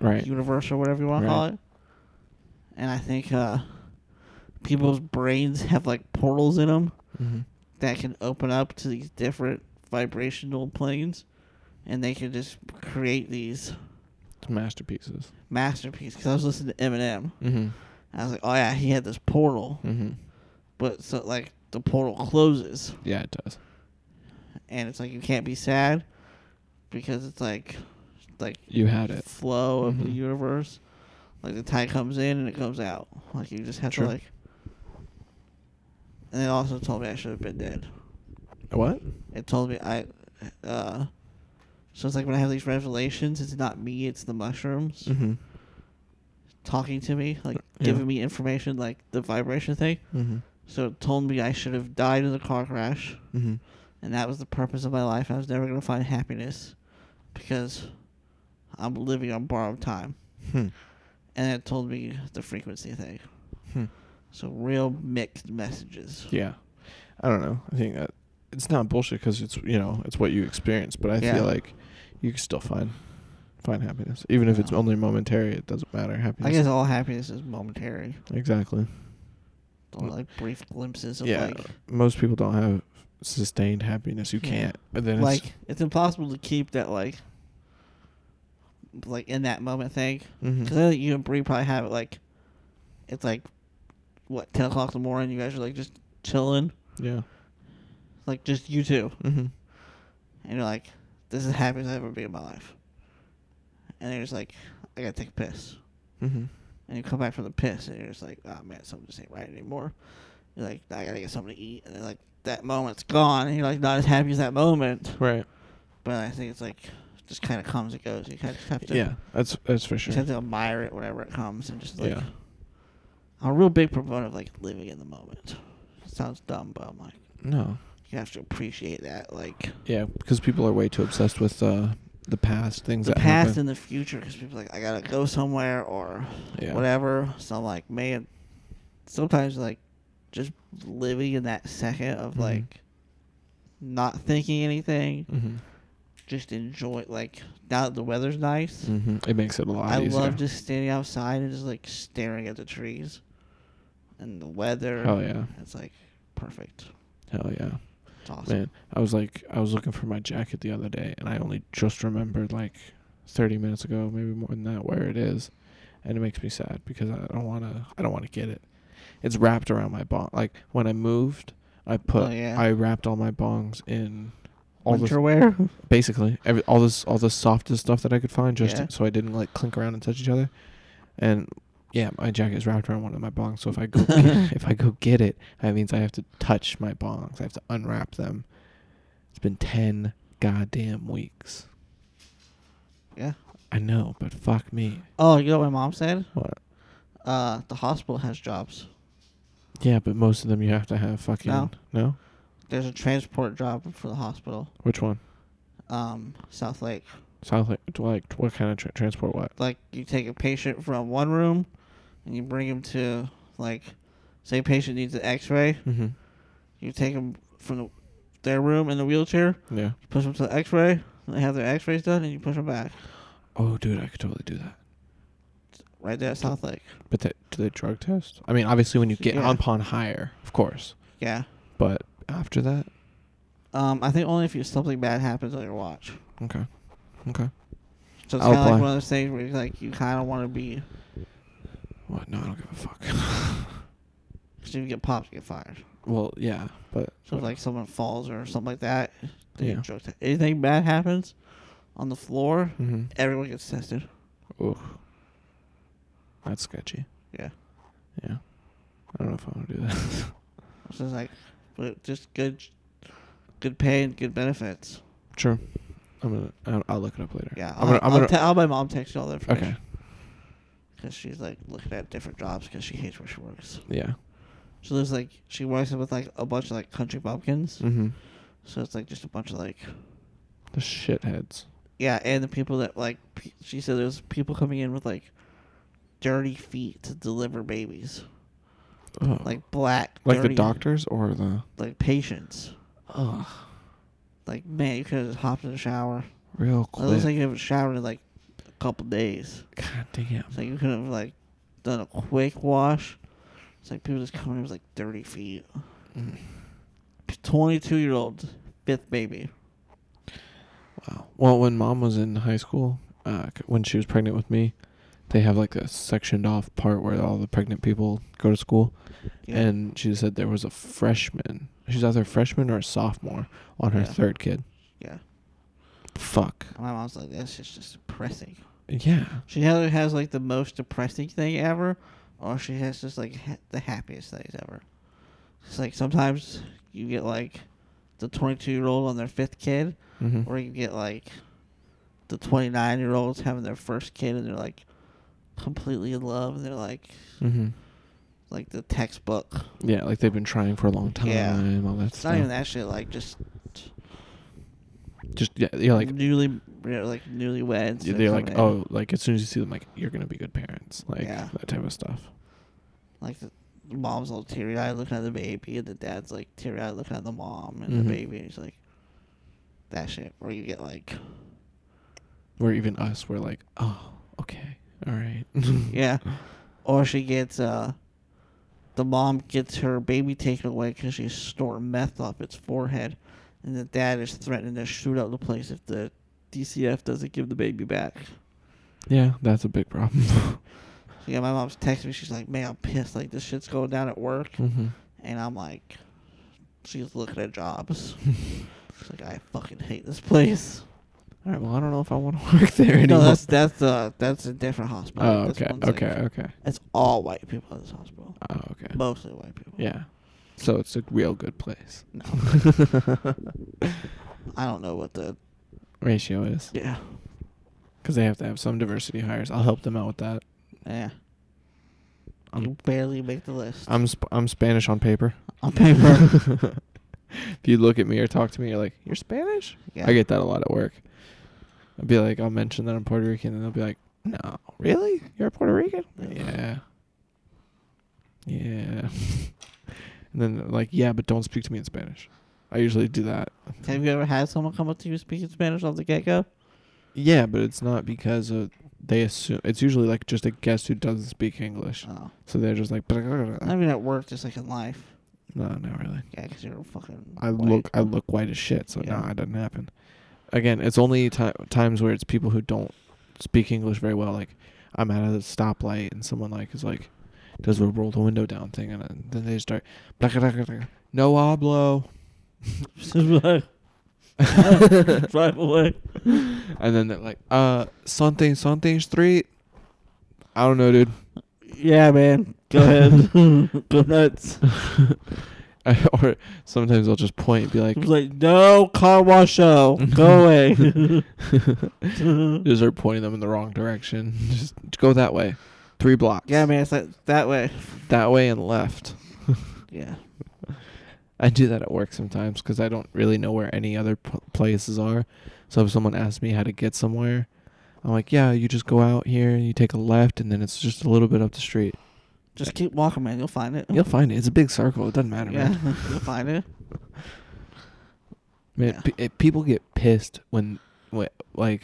Right. universe or whatever you want to call Right. it. And I think uh, people's brains have like portals in them hmm that can open up to these different vibrational planes, and they can just create these It's masterpieces. masterpiece. Because I was listening to Eminem, Mm-hmm. I was like, oh yeah, he had this portal, Mm-hmm. but so like the portal closes, Yeah, it does. and it's like you can't be sad because it's like like You had it. flow of the Mhm. universe. Like the tide comes in and it comes out. Like you just have True. to like. And it also told me I should have been dead. What? It told me I, uh, so it's like when I have these revelations, it's not me, it's the mushrooms Mm-hmm. talking to me, like Yeah. giving me information, like the vibration thing. Mm-hmm. So it told me I should have died in the car crash, Mm-hmm. and that was the purpose of my life. I was never gonna find happiness, because I'm living on borrowed time. Hmm. and it told me the frequency thing. Hmm. So real mixed messages. Yeah, I don't know. I think that it's not bullshit because it's you know it's what you experience. But I Yeah. feel like you can still find find happiness, even if it's Yeah. only momentary. It doesn't matter. Happiness. I guess all happiness is momentary. exactly. All, like brief glimpses of Mm. yeah, like most people don't have sustained happiness. You Yeah. can't. And then like it's, it's, impossible to keep that like like in that moment thing. Mhm. Because I think you and Bree probably have it like it's like what ten o'clock in the morning. You guys are like just chilling, yeah. like just you two, Mm-hmm. and you're like, "This is the happiest I've ever been in my life." And you're just like, "I gotta take a piss." Mm-hmm. and you come back from the piss and you're just like, oh man, something just ain't right anymore. You're like, I gotta get something to eat, and then like that moment's gone, and you're like not as happy as that moment. Right. But I think it's like just kind of comes and goes. You kind of have to, Yeah, that's that's for you sure. just have to admire it whenever it comes, and just like, Yeah. I'm a real big proponent of like living in the moment. It sounds dumb, but I'm like, No. you have to appreciate that, like Yeah, because people are way too obsessed with uh, the past things. the that past happen. and the future, because people are like, I gotta go somewhere or yeah. whatever. So I'm like, man, sometimes like just living in that second of Mhm. like not thinking anything, Mm-hmm. just enjoy like now that the weather's nice. Mm-hmm. It makes it a lot I easier. love just standing outside and just like staring at the trees and the weather. Hell yeah. It's like perfect. Hell yeah. It's awesome. Man, I was like, I was looking for my jacket the other day, and I only just remembered like 30 minutes ago, maybe more than that, where it is, and it makes me sad because I don't wanna, I don't wanna get it. It's wrapped around my bong. Like when I moved, I put, Oh, yeah. I wrapped all my bongs in all the Winter wear. (laughs) basically every, all this all the softest stuff that I could find just Yeah. so I didn't like clink around and touch each other. And yeah, my jacket is wrapped around one of my bongs, so if I (laughs) go get, if I go get it, that means I have to touch my bongs. I have to unwrap them. It's been 10 goddamn weeks. yeah. I know, but fuck me. Oh, you know what my mom said? What? Uh, the hospital has jobs. Yeah, but most of them you have to have fucking No. no? There's a transport job for the hospital. Which one? Um, South Lake. Sounds like like what kind of tra- transport what? like you take a patient from one room and you bring him to like say patient needs an x-ray Mhm. you take him from the, their room in the wheelchair Yeah. you push him to the x-ray they have their x-rays done and you push him back Oh, dude, I could totally do that. right there at south lake But they, do they drug test? I mean, obviously, when you get Yeah. on upon higher, of course. yeah But after that, um i think only if you something bad happens on your watch okay, okay. so it's I'll kind of like apply. one of those things where you like you kind of want to be What? No, I don't give a fuck. (laughs) because if you get popped you get fired well, yeah, but so if like someone falls or something like that they Yeah. drug test. anything bad happens on the floor hmm everyone gets tested Ooh, that's sketchy. yeah Yeah, I don't know if I want to do that. (laughs) So it's like but just good, good pay and good benefits. Sure. I'm gonna. I'll, I'll look it up later. Yeah, I'll, I'm gonna. I'm I'll gonna. te- I'll have my mom text you all that okay. information because she's like looking at different jobs because she hates where she works. Yeah. So there's like she works with like a bunch of like country bumpkins. Mm-hmm. So it's like just a bunch of like The shitheads. yeah, and the people that like pe- she said there's people coming in with like dirty feet to deliver babies, Oh. like black, Like the dirty- doctors or the. like patients. Ugh. Like man, you could have just hopped in the shower. Real It looks quick. like you haven't showered in like a couple days. God damn. It's like you could have like done a quick wash. It's like people just coming in with like dirty feet. mm. Twenty-two year old fifth baby. Wow. Well, when mom was in high school, uh, c- when she was pregnant with me, they have like a sectioned off part where all the pregnant people go to school. Yeah. And she said there was a freshman. She's either a freshman or a sophomore on her Yeah. third kid. yeah. Fuck. My mom's like, this is just depressing. Yeah. She either has like the most depressing thing ever, or she has just like ha- the happiest things ever. It's like sometimes you get like the 22 year old on their fifth kid, hmm or you get like the 29 year olds having their first kid and they're like completely in love and they're like hmm like the textbook. Yeah, like they've been trying for a long time. Yeah. and All that It's stuff. not even that shit. Like just Just yeah, you're like like newly you know, like newlyweds. Yeah, that they're come like, in. oh, like as soon as you see them, like you're gonna be good parents, like Yeah. that type of stuff. like the mom's all teary eyed looking at the baby, and the dad's like teary eyed looking at the mom and Mhm. the baby. And he's like, that shit. Where you get like, Where even us, we're like, oh, okay, all right. (laughs) yeah, or she gets uh, the mom gets her baby taken away because she's snorting meth off its forehead, and the dad is threatening to shoot up the place if the DCF doesn't give the baby back. yeah, that's a big problem. So yeah, my mom's texting me. She's like, man, I'm pissed. Like this shit's going down at work, mm-hmm. and I'm like, she's looking (laughs) at jobs. she's like, I fucking hate this place. All right, well, I don't know if I want to (laughs) work (laughs) there anymore. No, that's that's uh that's a different (laughs) hospital. oh, This okay, one's, like- okay, okay, It's all white people in this hospital. oh, okay. Mostly white people. Yeah, so it's a real good place. No. (laughs) I don't know what the Ratio is yeah because they have to have some diversity hires. I'll help them out with that. yeah. You I'm barely make the list I'm sp- I'm Spanish on (laughs) paper. (laughs) on paper. if you look at me or talk to me, you're like, you're Spanish. yeah. I get that a lot at work. I'd be like, I'll mention that I'm Puerto Rican, and they'll be like, No, really? You're Puerto Rican? Ugh. Yeah. Yeah. (laughs) and then they're like, yeah, but don't speak to me in Spanish. I usually do that. Have you ever had someone come up to you speaking Spanish off the get go? Yeah, but it's not because of they assume it's usually like just a guest who doesn't speak English, Oh. so they're just like, I mean, at work, just like in life. no, not really. Yeah, because you're fucking. I white. look I look white as shit, so Yeah. no, it doesn't happen. um, Again, it's only ti times where it's people who don't speak English very well. Like I'm at a stoplight and someone like is like does a roll the window down thing, and uh, then they start no hablo, (laughs) Drive away. and then they're like uh something something street. I don't know, dude. (laughs) Yeah, man. Go (laughs) ahead. go nuts. or sometimes they'll just point and be like, It was like, no car wash show. (laughs) Go away. (laughs) just start pointing them in the wrong direction. (laughs) Just go that way, three blocks. yeah, man, it's like that way. That way and left. Yeah. I do that at work sometimes because I don't really know where any other p- places are. So if someone asks me how to get somewhere, I'm like, yeah, you just go out here and you take a left, and then it's just a little bit up the street. Just keep walking, man. You'll find it. You'll find it. It's a big circle. It doesn't matter, Yeah, man. (laughs) you'll find it. Man, Yeah. pe- it- people get pissed when, when, like,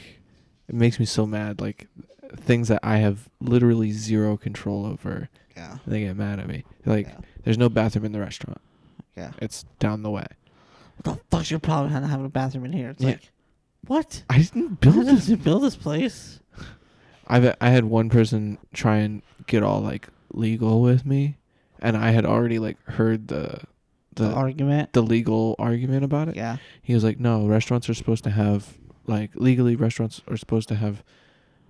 it makes me so mad. Like, things that I have literally zero control over, Yeah. they get mad at me. They're like, yeah. there's no bathroom in the restaurant. yeah. It's down the way. What the fuck's your problem not having a bathroom in here? It's Yeah. like, what? I didn't How (laughs) build did this you build this place? I've I had one person try and get all like legal with me, and I had already like heard the The, the the, argument. legal argument about it. Yeah. He was like, "No, restaurants are supposed to have like legally restaurants are supposed to have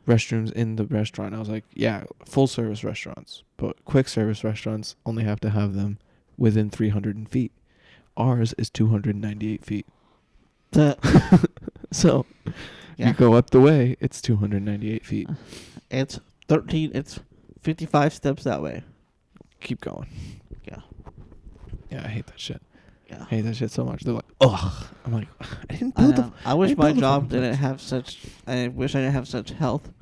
restrooms in the restaurant." I was like, "Yeah, full service restaurants, but quick service restaurants only have to have them within 300 feet Ours is 298 feet. The- So Yeah. you go up the way, it's 298 feet. it's 13, it's 55 steps that way. Keep going. Yeah. Yeah, I hate that shit. Yeah. I hate that shit so much. They're like, ugh. I'm like, (laughs) I didn't I, build the know. I wish didn't my build a job fucking didn't place. have such, I wish I didn't have such health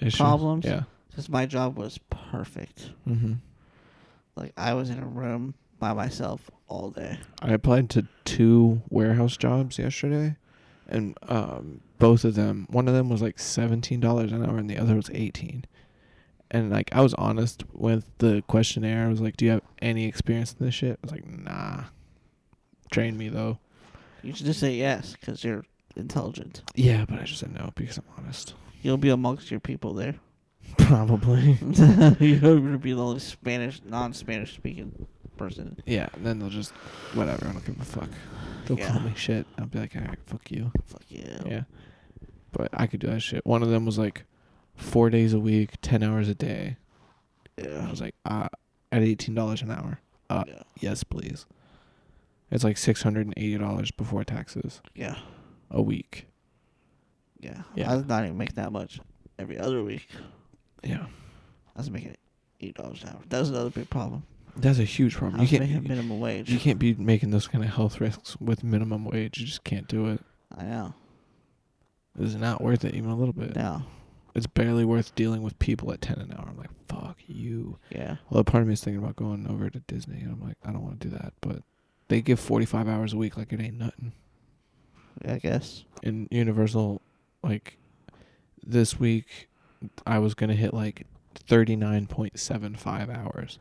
issue. problems. Yeah. because my job was perfect. Mm-hmm. Like, I was in a room by myself all day. I applied to two warehouse jobs yesterday, and um, both of them, one of them was like seventeen dollars an hour, and the other was eighteen. And like I was honest with the questionnaire, I was like, "Do you have any experience in this shit?" I was like, "Nah." Train me though. You should just say yes because you're intelligent. Yeah, but I just said no because I'm honest. (laughs) You'll be amongst your people there. (laughs) Probably. You're gonna be the only Spanish, non-Spanish speaking person. yeah. And then they'll just whatever. I don't give a fuck. They'll call Yeah. me shit. I'll be like, "All right, fuck you." Fuck yeah. Yeah. But I could do that shit. One of them was like four days a week, 10 hours a day. And I Yeah. was like, uh, at $18 an hour. Uh, Yeah. yes, please. It's like $680 before taxes Yeah. a week. Yeah. Yeah. I was not even making that much every other week. Yeah. I was making eight dollars an hour. That was another big problem. That's a huge I problem. You was making can't, minimum wage. you can't be making those kind of health risks with minimum wage. You just can't do it. I know. It's not worth it even a little bit. Yeah. It's barely worth dealing with people at 10 an hour. I'm like, fuck you. Yeah. Well, part of me is thinking about going over to Disney, and I'm like, I don't want to do that. But they give 45 hours a week, like it ain't nothing. I guess. And Universal, like this week, I was gonna hit like 39.75 hours,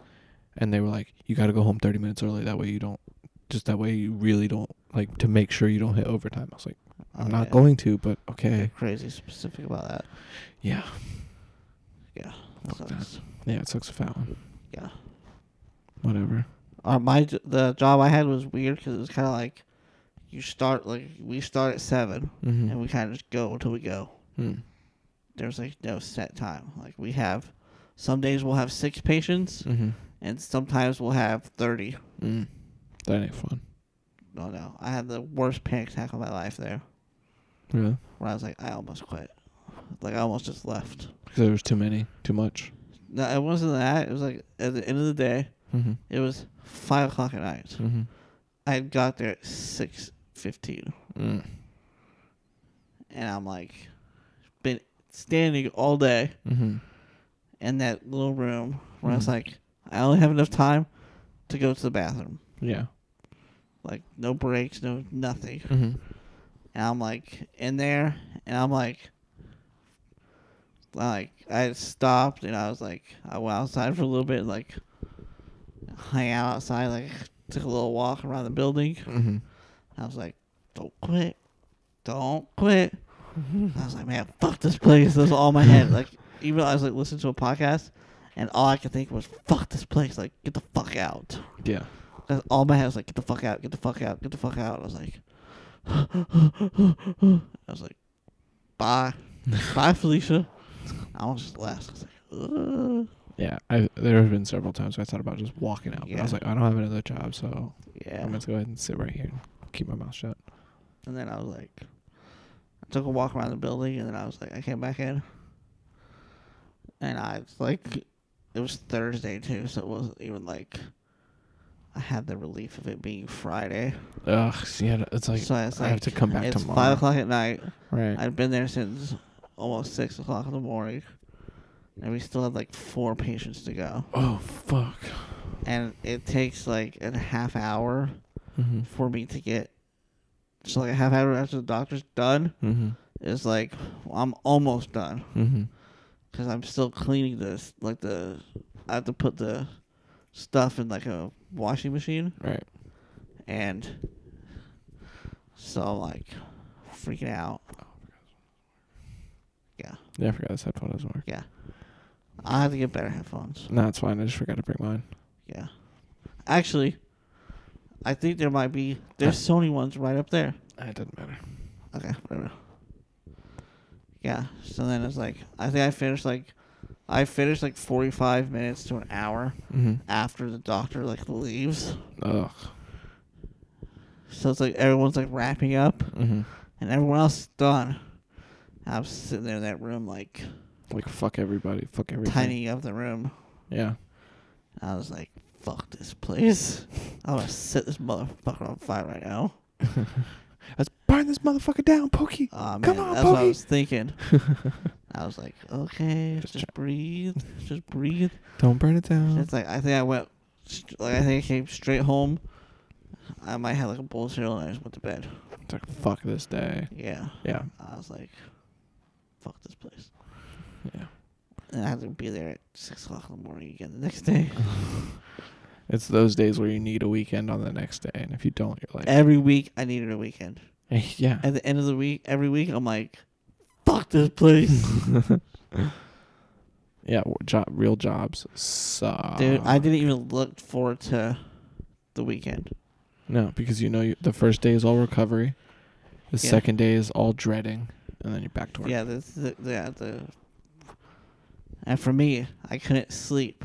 and they were like, you got to go home 30 minutes early. That way you don't, just that way you really don't like to make sure you don't hit overtime. I was like, I'm Oh, not yeah. going to, but They're okay, Crazy specific about that. yeah, Yeah. That Fuck sucks. yeah, it sucks a fat one. Yeah. Whatever. Or Uh, my j- the job I had was weird because it was kind of like, you start like we start at 7 Mm-hmm. and we kind of just go until we go. mm. there's like no set time. Like we have some days we'll have six patients Mm-hmm. and sometimes we'll have thirty. Mm. That ain't fun. No no. I had the worst panic attack of my life there. Really. Where I was like, I almost quit. Like I almost just left. Because there was too many, too much. No, it wasn't that. It was like at the end of the day, Mm-hmm. it was five o'clock at night. Mm-hmm. I got there at six fifteen Mm. and I'm like been standing all day Mm-hmm. in that little room where I was Mhm. like, I only have enough time to go to the bathroom. Yeah. like no breaks, no nothing. Mm-hmm. And I'm like in there, and I'm like, like I stopped, and I was like, I went outside for a little bit, like hung out outside, like took a little walk around the building. Mm-hmm. I was like, don't quit, don't quit. Mm-hmm. I was like, man, fuck this place. That was all in my head. Like even though I was like listening to a podcast, and all I could think was, fuck this place. Like get the fuck out. (laughs) Yeah. That's all my head was like, get the fuck out, get the fuck out, get the fuck out. I was like, I was like, (laughs) bye, bye, Felicia. I was just left. I was like, Ugh. Yeah. I there have been several times where I thought about just walking out, but I was Yeah. like, I don't have another job, so yeah. I'm gonna go ahead and sit right here and keep my mouth shut. And then I was like, I took a walk around the building, and then I was like, I came back in, and I was like, it was Thursday too, so it wasn't even like. I had the relief of it being Friday, Ugh. See, I don't- it's like so I, was I like have to come back it's tomorrow. five o'clock at night. right. I'd been there since almost six o'clock in the morning, and we still had like four patients to go. oh fuck. And it takes like a half hour Mm-hmm. for me to get. So like a half hour after the doctor's done Mm-hmm. is like I'm almost done Mm-hmm. because I'm still cleaning this. Like the I have to put the stuff in like a washing machine, Right. and so I'm like freaking out. Yeah. Yeah, I forgot this headphone doesn't work. I have to get better headphones. No, it's fine. I just forgot to bring mine. Yeah. Actually, I think there might be there's Sony ones right up there. Ah, It doesn't matter. Okay, whatever. Yeah. So then it's like I think I finished like I finished like forty five minutes to an hour Mm-hmm. after the doctor like leaves. Ugh. So it's like everyone's like wrapping up hmm and everyone else is done. I'm sitting there in that room, like Like fuck everybody, fuck everything. tidying up the room. Yeah. I was like, fuck this place. I'm gonna set this motherfucker on fire right now. Let's burn this motherfucker down, Pokey. Oh, man, Come on, that's what I Pokey. (laughs) was thinking. I was like, okay, just, Just try- Uh-huh. breathe, just breathe. Don't burn it down. It's like I think I went, st- like I think I came straight home. I might have like a bowl of cereal and I just went to bed. It's like fuck this day. Yeah, Yeah. I was like, fuck this place. Yeah. And I had to be there at six o'clock in the morning again the (laughs) next day. It's those days where you need a weekend on the next day, and if you don't, you're like, "Eh, Every week I needed a weekend. yeah, At the end of the week, every week I'm like, fuck this place. yeah. w- Job, real jobs suck, Dude, I didn't even look forward to the weekend. No, because you know you, the first day is all recovery, the Yeah. second day is all dreading, and then you're back to work. Yeah, this the, yeah, the and for me, I couldn't sleep.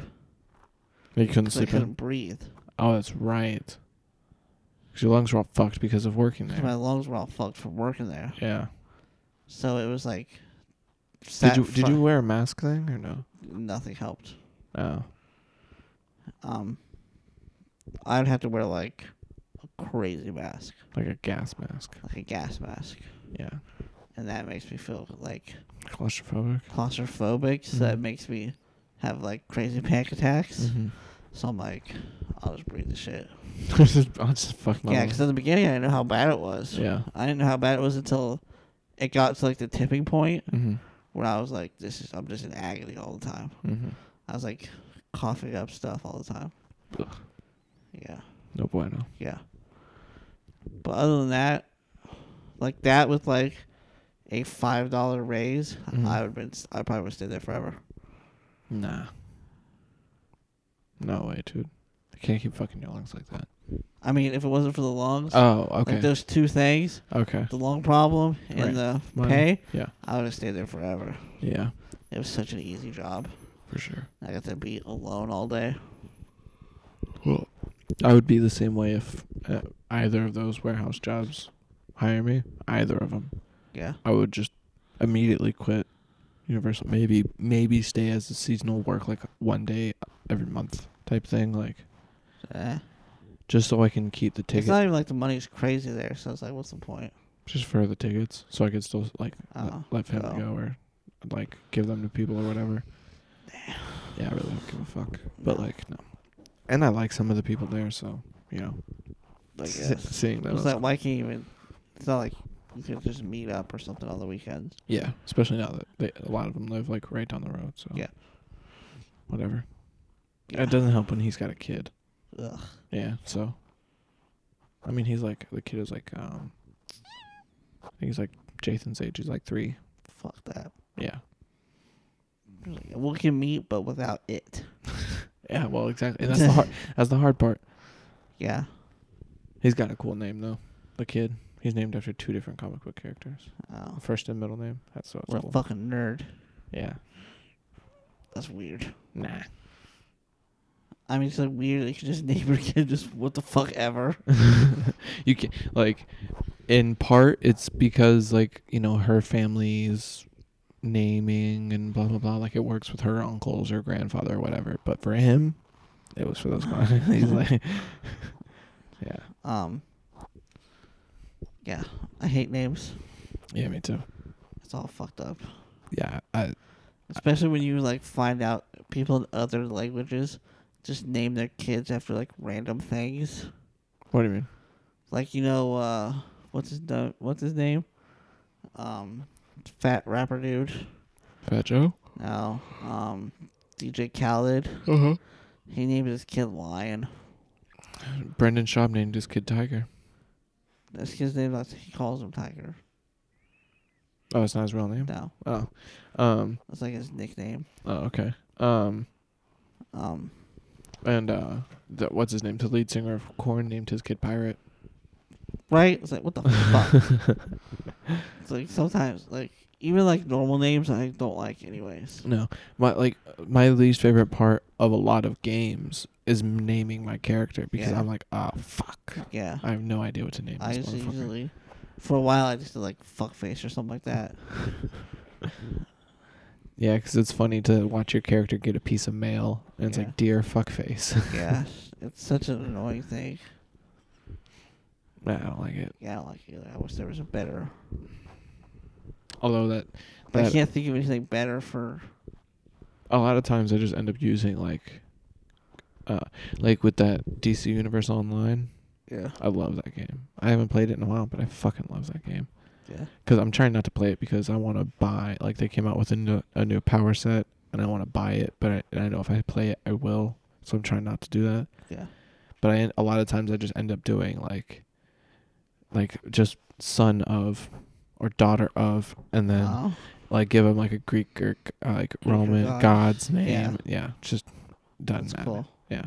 you couldn't 'cause I sleep (laughs) couldn't in. breathe. Oh, that's right. 'Cause your lungs were all fucked because of working 'cause there. My lungs were all fucked from working there. yeah. So it was like Did sat you did fu- you wear a mask thing or no? Oh, nothing helped. No. Um I'd have to wear like a crazy mask, Like a gas mask. like a gas mask. Yeah. And that makes me feel like Claustrophobic. claustrophobic, so that Mhm. makes me have like crazy panic attacks. (laughs) Mm-hmm. So I'm like, I'll just breathe the shit. I'll just fuck my Yeah, lungs. because in the beginning I didn't know how bad it was. Yeah. I didn't know how bad it was until it got to like the tipping point Mm-hmm. where I was like, this is I'm just in agony all the time. Mm-hmm. I was like coughing up stuff all the time. Ugh. Yeah, No bueno. yeah. But other than that, like that with like a five dollar raise, Mhm. I would been I probably would stay there forever. Nah. No way, dude. I can't keep fucking your lungs like that. I mean, if it wasn't for the lungs, Oh, okay. like those two things, okay. the lung problem and Right. the Money. pay, Yeah. I would have stayed there forever. Yeah. It was such an easy job. For sure. I got to be alone all day. Well, I would be the same way if uh, either of those warehouse jobs hire me. Either of them, Yeah. I would just immediately quit Universal. Maybe maybe stay as a seasonal work, like one day every month type thing, like Eh. just so I can keep the It's ticket, not even like the money's crazy there, so it's like, what's the point? just for the tickets, so I could still like let- Oh, let family oh. go or like give them to people or whatever. Yeah, I really don't give a fuck. But No. like no, and I like some of the people there, so you know, I s- guess. seeing them. It's is not why can't you even. It's not like you could just meet up or something on the weekends. Yeah, especially now that they, a lot of them live like right down the road. So Yeah. whatever. Yeah. It doesn't help when he's got a kid. Ugh. Yeah, so I mean, he's like the kid is like um, I think he's like Jathan's age. He's like three. Fuck that. Yeah, Like, we can meet, but without it. yeah. Well, exactly. And that's the (laughs) hard. That's the hard part. Yeah. He's got a cool name though. The kid. He's named after two different comic book characters. Oh. First and middle name. That's so What cool. a fucking nerd. Yeah. That's weird. Nah. I mean, it's like weird. that You could just (laughs) name your kid just what the fuck ever. you can like in part it's because like you know her family's naming and blah blah blah like it works with her uncles or grandfather or whatever but for him it was for those guys (laughs) he's like yeah Um. Yeah, I hate names. yeah me too It's all fucked up. yeah I, Especially when you like find out people in other languages just name their kids after like random things. what do you mean Like you know, uh, what's his no- what's his name? Um, fat rapper dude. fat joe No, um, DJ Khaled. uh-huh He named his kid Lion. brendan schaub named his kid tiger This kid's name. That's he calls him Tiger. oh it's not his real name No, oh um that's like his nickname. oh okay um Um, and uh the, what's his name the lead singer of corn named his kid pirate right? It's like what the fuck. (laughs) It's like sometimes like even like normal names I don't like anyways. no, my like my least favorite part of a lot of games is naming my character because Yeah. I'm like, ah, fuck, Yeah. I have no idea what to name I this used to motherfucker. usually for a while I just did like fuckface or something like that. Yeah, because it's funny to watch your character get a piece of mail, and it's Yeah. like, dear fuckface. (laughs) Yeah. it's such an annoying thing. I don't like it. Yeah, I don't like it. I wish there was a better Although that, But I that can't think of anything better for a lot of times I just end up using like, uh, like with that DC Universe Online. yeah. I love that game. I haven't played it in a while, but I fucking love that game. Yeah. Because I'm trying not to play it because I want to buy. Like they came out with a new, a new power set, and I want to buy it. But I, and I know if I play it, I will. So I'm trying not to do that. Yeah. But I a lot of times I just end up doing like, like just son of, or daughter of, and then Oh, like give him like a Greek or uh, like or Roman God. god's name. Yeah. Yeah, just doesn't that's matter. cool. Yeah.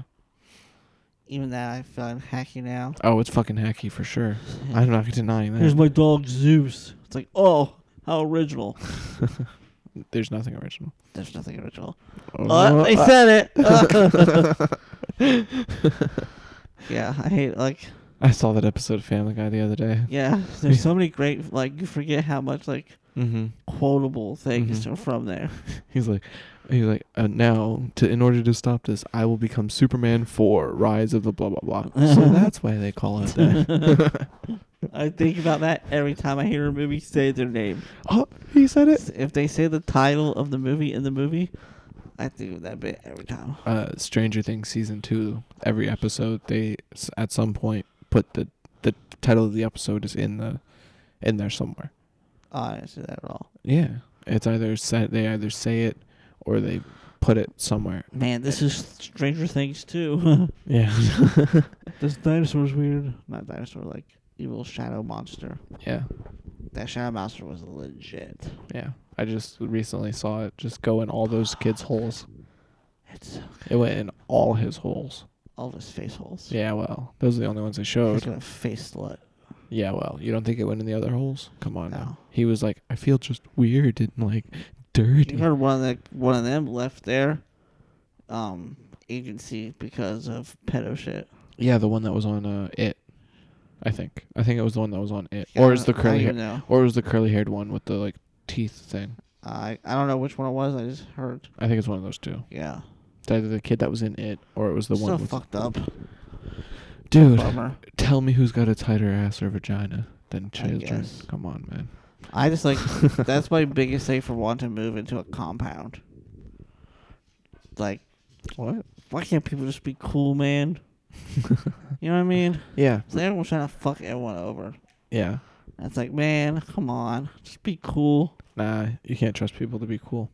Even that I feel I'm hacky now. Oh, it's fucking hacky for sure. I'm not denying that. Here's my dog Zeus. It's like, oh, how original. There's nothing original. There's nothing original. Oh, Uh, they uh, said it. (laughs) yeah, I hate like I saw that episode of Family Guy the other day. yeah. There's so many great like you forget how much like Mm-hmm. quotable things Mhm. are from there. He's like, he's like, uh, now to in order to stop this, I will become Superman for Rise of the blah blah blah. (laughs) so that's why they call it that. (laughs) I think about that every time I hear a movie say their name. oh, he said it. If they say the title of the movie in the movie, I think of that bit every time. uh, Stranger Things season two. Every episode, they s- at some point put the the title of the episode is in the in there somewhere. Oh, I didn't see that at all. Yeah, it's either said they either say it or they put it somewhere. Man, this is Stranger Things too. (laughs) Yeah, this dinosaur's weird. Not dinosaur, like evil shadow monster. (laughs) yeah, That shadow monster was legit. yeah. I just recently saw it just go in all those kids' holes. It's It went in all his holes. all of his face holes. Yeah, well, those are the only ones they He's (laughs) showed. gonna face slut. Yeah, well, you don't think it went in the other holes? Come on No. now. He was like, I feel just weird and like dirty. You heard one of the, one of them left their um agency because of pedo shit. Yeah, the one that was on uh, it. I think. I think it was the one that was on it, Yeah, or is the I don't curly even hair, know. or is the curly haired one with the like teeth thing. I I don't know which one it was. I just heard. I think it's one of those two. Yeah. It's Either the kid that was in it, or it was the so one. With, (laughs) fucked up. dude, Bummer. tell me who's got a tighter ass or vagina than children? guess. Come on, man. I (laughs) just like that's my biggest thing for wanting to move into a compound. Like, (laughs) What? why can't people just be cool, man? you know what I mean? Yeah, It's like everyone's trying to fuck everyone over. yeah. And it's like, man, come on, just be cool. Nah, you can't trust people to be cool.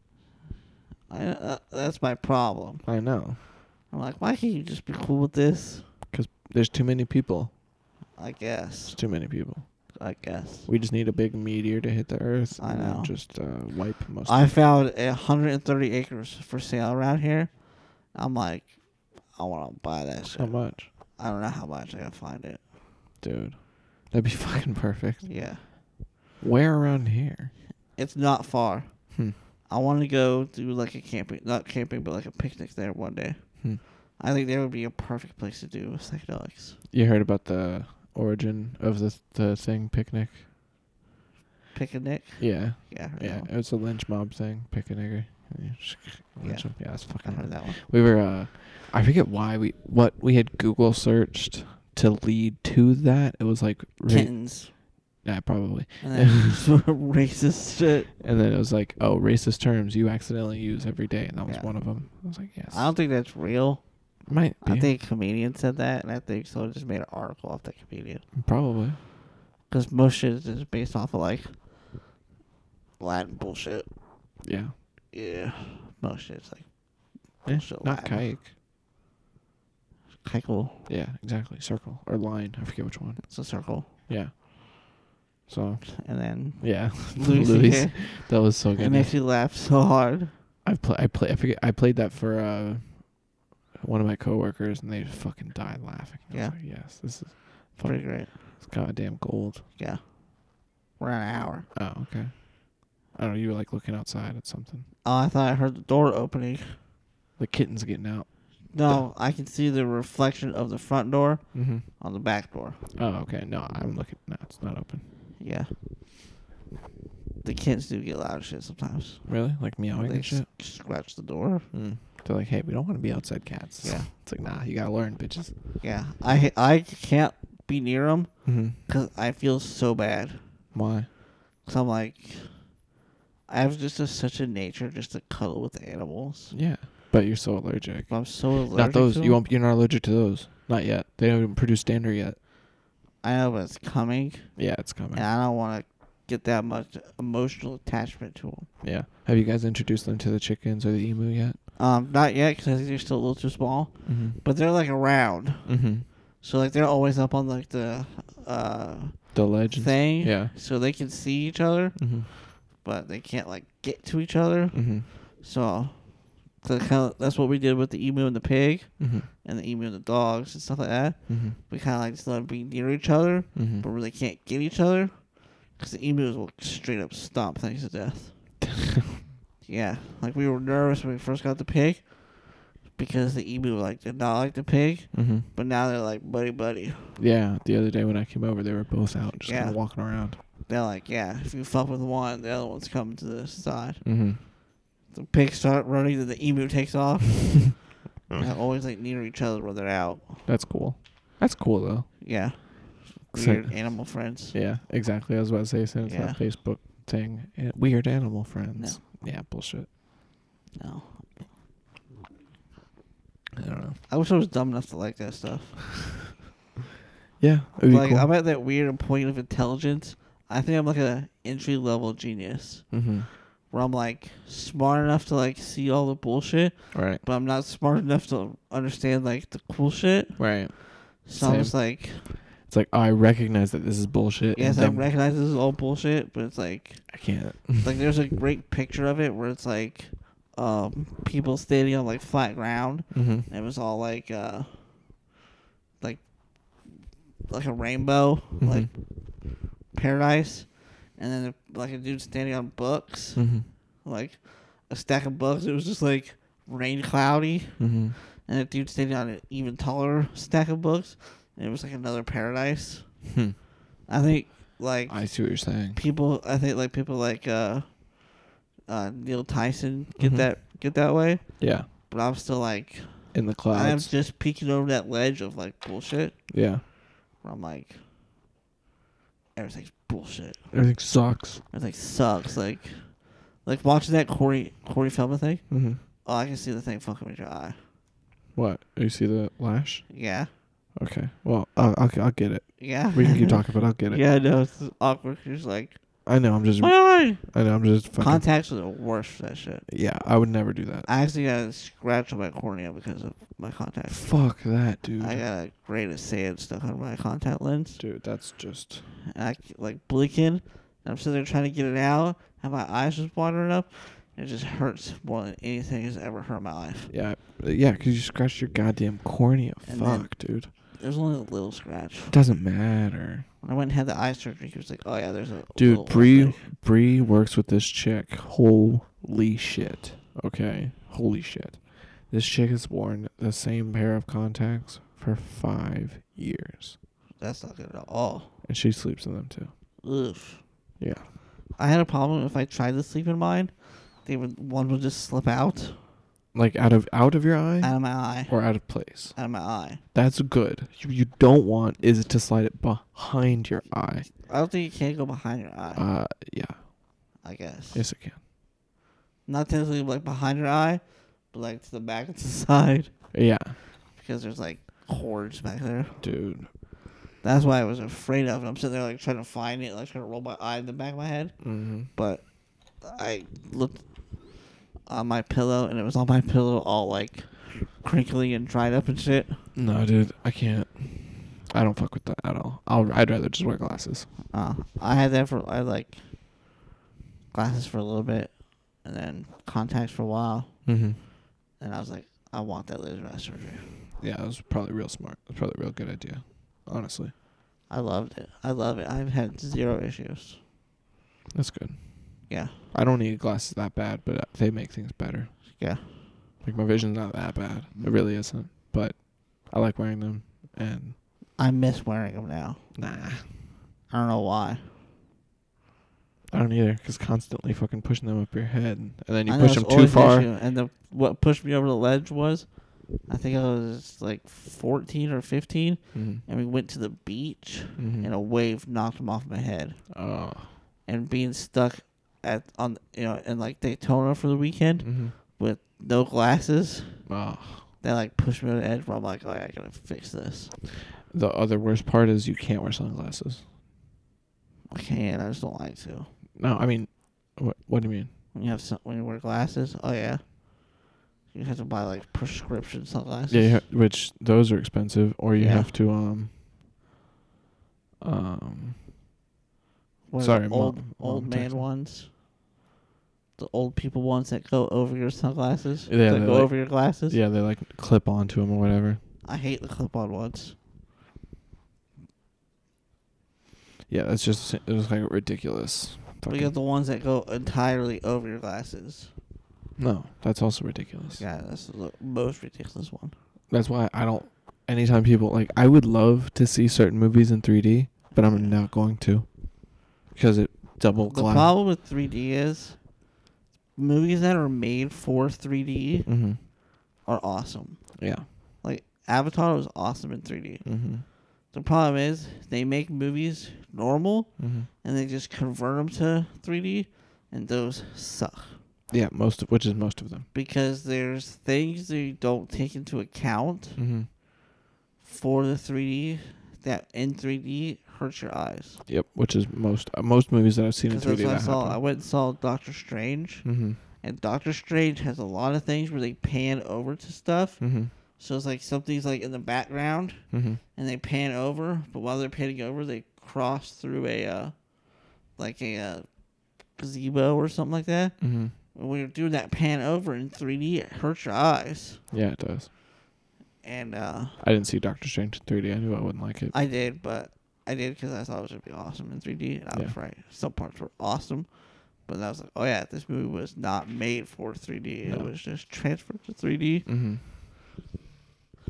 I, uh, that's my problem. I know. I'm like, why can't you just be cool with this? There's too many people. I There's guess. too many people. I guess. We just need a big meteor to hit the earth. I and then know. Just uh, wipe most. I found a 130 acres for sale around here. I'm like, I want to buy that so shit. much, I don't know how much I can find it. dude. That'd be (laughs) fucking perfect. Yeah. Where around here? It's not far. Hmm. I want to go do like a camping, not camping, but like a picnic there one day. Hmm. I think there would be a perfect place to do with psychedelics. You heard about the origin of the the thing picnic? Picnic? Yeah, Yeah, I heard yeah. that It was a lynch mob thing. Pick a nigger. and you just lynch Yeah. 'em. yeah, that's one. I fucking. heard that one. We were. uh I forget why we what we had Google searched to lead to that. It was like ra- Kittens. yeah, probably, And (laughs) then (laughs) some racist shit. and then it was like oh racist terms you accidentally use every day, and that was Yeah. one of them. I was like yes, I don't think that's real. might be I think a comedian said that, and I think someone just made an article off that comedian. probably. Because most shit is just based off of like Latin bullshit. Yeah, Yeah. Most shit's like Eh, Bullshit not Latin. kike. Keikel. Yeah, exactly. Circle or line. I forget which one. It's a circle. Yeah. So And (laughs) then yeah, Louis. Louis. CK. That was so It good. makes you laugh so hard. I play. I play. I forget. I played that for uh, one of my coworkers, and they fucking died laughing. I was Yeah. like, yes, this is Pretty fucking, great. It's goddamn cold. Yeah. We're at an hour. Oh, okay. I don't know. You were like looking outside at something. Oh, I thought I heard the door opening. The kitten's getting out. No, I can see the reflection of the front door Mm-hmm. on the back door. Oh, okay. No, I'm looking. No, it's not open. Yeah. The kids do get loud as shit sometimes. Really? Like meowing They and shit. s- scratch the door. Mm. They're like, hey, we don't want to be outside cats. Yeah. (laughs) It's like, nah, you gotta learn, bitches. Yeah, I I can't be near them Mm-hmm. because I feel so bad. Why? Cause I'm like, I have just a, such a nature just to cuddle with animals. Yeah. But you're so allergic. But I'm so allergic. not those. to You them. won't. You're not allergic to those. Not yet. They haven't produced dander yet. I know, but it's coming, Yeah, it's coming. and I don't want to get that much emotional attachment to them. Yeah. Have you guys introduced them to the chickens or the emu yet? Um, not yet because I think they're still a little too small. Mm-hmm. But they're like around, mm-hmm. so like they're always up on like the uh The legends. thing. Yeah. So they can see each other, Mm-hmm. but they can't like get to each other. Mm-hmm. So the kind of, that's what we did with the emu and the pig Mm-hmm. and the emu and the dogs and stuff like that. Mm-hmm. We kind of like just let them be near each other, but really can't get each other because the emus will straight up stomp things to death. yeah, like we were nervous when we first got the pig because the emu like did not like the pig, Mm-hmm. but now they're like buddy buddy. Yeah. The other day when I came over, they were both out, just kind Yeah. of walking around. They're like, yeah, if you fuck with one, the other one's coming to the side. Mm-hmm. The pig start running, then the emu takes off. they're always like near each other when they're out. That's cool. That's cool though. Yeah. So- Weird animal friends. Yeah, exactly. I was about to say since Yeah. that Facebook thing, eh, weird animal friends. Yeah, bullshit. No. I don't know. I wish I was dumb enough to like that stuff. Yeah, it'd be Like cool. I'm at that weird point of intelligence. I think I'm like a entry level genius mm-hmm. where I'm like smart enough to like see all the bullshit, Right. but I'm not smart enough to understand like the cool shit. Right. So I'm Same. just like, It's like I recognize that this is bullshit. yes, and I then recognize this is all bullshit, but (laughs) it's like, I can't. like there's a great picture of it where it's like, um, people standing on like flat ground Mm-hmm. And it was all like uh like like a rainbow Mm-hmm. like paradise and then like a dude standing on books Mm-hmm. like a stack of books it was just like rain cloudy Mm-hmm. and a dude standing on an even taller stack of books and it was like another paradise Hmm. i think like I see what you're saying. people i think like people like uh uh neil tyson get Mhm. that get that way Yeah, but i'm still like in the i'm clouds. just peeking over that ledge of like bullshit yeah, where I'm like, everything's bullshit. everything sucks. Everything sucks. Like, like watching that Corey Corey Feldman thing. Mm-hmm. Oh, I can see the thing fucking with your eye. What? You see the lash? Yeah, Okay. Well, I'll, I'll, I'll get it. yeah. We (laughs) can keep talking, but I'll get it. yeah, Oh, I know it's awkward. 'cause You're just like, I know. I'm just. my eye. I know. I'm just. Mm. Fucking, Contacts are the worst for that shit. yeah, I would never do that. I actually got a scratch on my cornea because of my contacts. Fuck that, dude. I uh, got a grain of sand stuck on my contact lens. Dude, that's just. And I keep, like blinking. And I'm sitting there trying to get it out, and my eyes just watering up. It just hurts more than anything has ever hurt in my life. Yeah, yeah, because you scratched your goddamn cornea. And then- Fuck, dude. It was only a little scratch. Doesn't matter. When I went and had the eye surgery, he was like, "Oh yeah, there's a Dude, little Bree thing." Bree works with this chick. Holy shit. Okay. Holy shit. This chick has worn the same pair of contacts for five years. That's not good at all. And she sleeps in them too. Oof. Yeah. I had a problem if I tried to sleep in mine, they would one would just slip out Like out of out of your eye out of my eye, or out of place. out of my eye. That's good. You, you don't want is to slide it behind your eye. I don't think you can go behind your eye. Uh yeah. I guess Yes it can. not technically like behind your eye, but like to the back and to the (laughs) side Yeah. because there's like cords back there. Dude. That's why I was afraid of it. I'm sitting there like trying to find it, like trying to roll my eye in the back of my head. Mm-hmm. but I looked on my pillow and it was on my pillow all like crinkly and dried up and shit. No, dude, I can't. I don't fuck with that at all. I'll, I'd rather just wear glasses. Uh, I had that for I had, like glasses for a little bit and then contacts for a while Mm-hmm. and I was like, I want that laser eye surgery. Yeah, that was probably real smart. That's probably a real good idea, honestly. I loved it. I love it. I've had zero issues. That's good. Yeah. I don't need glasses that bad, but they make things better. Yeah. Like my vision's not that bad. It really isn't. But I like wearing them, and I miss wearing them now. nah, I don't know why. I don't either. Cause constantly fucking pushing them up your head, and then you I know push it's them too always an far. issue, And the what pushed me over the ledge was, I think I was like 14 or 15, Mhm. and we went to the beach, Mhm. and a wave knocked him off my head. Oh. And being stuck at on you know in like Daytona for the weekend Mm-hmm. with no glasses, Oh. they like pushed me over the edge. Where I'm like, oh, I gotta fix this. The other worst part is you can't wear sunglasses. I can't. I just don't like to. No, I mean, what, what do you mean? When you have some, when you wear glasses, oh yeah, you have to buy like prescription sunglasses. Yeah, you ha- which those are expensive, or you Yeah. have to um. Um. What are Sorry, the Mom- old Mom old man texted. ones. The old people ones that go over your sunglasses. Yeah, that they're go like- over your glasses. Yeah, they like clip onto them or whatever. I hate the clip-on ones. Yeah, that's just it was like ridiculous. We fucking- got the ones that go entirely over your glasses. no, that's also ridiculous. Yeah, that's the most ridiculous one. That's why I don't. Anytime people like, I would love to see certain movies in 3D, but I'm not going to because it double the glass. problem with 3D is movies that are made for 3D Mm-hmm. are awesome. Yeah. Like Avatar was awesome in 3D. Mm-hmm. The problem is they make movies normal Mm-hmm. and they just convert them to 3D, and those suck. Yeah, most of which is most of them. because there's things that you don't take into account Mm-hmm. for the 3D that in 3D hurts your eyes. Yep, which is most uh, most movies that I've seen in Because 3D that's that what I saw. I happen. went and saw Doctor Strange, Mm-hmm. and Doctor Strange has a lot of things where they pan over to stuff. Mm-hmm. So it's like something's like in the background, Mm-hmm. and they pan over, but while they're panning over, they cross through a uh, like a uh, gazebo or something like that. Mm-hmm. And when you're doing that pan over in 3D, it hurts your eyes. Yeah, it does. And uh, I didn't see Doctor Strange in 3D. I knew I wouldn't like it. I did, but I did because I thought it was gonna be awesome in 3D, and I was right. Some parts were awesome, but I was like, oh yeah, this movie was not made for 3D. It No. was just transferred to 3D. mm-hmm.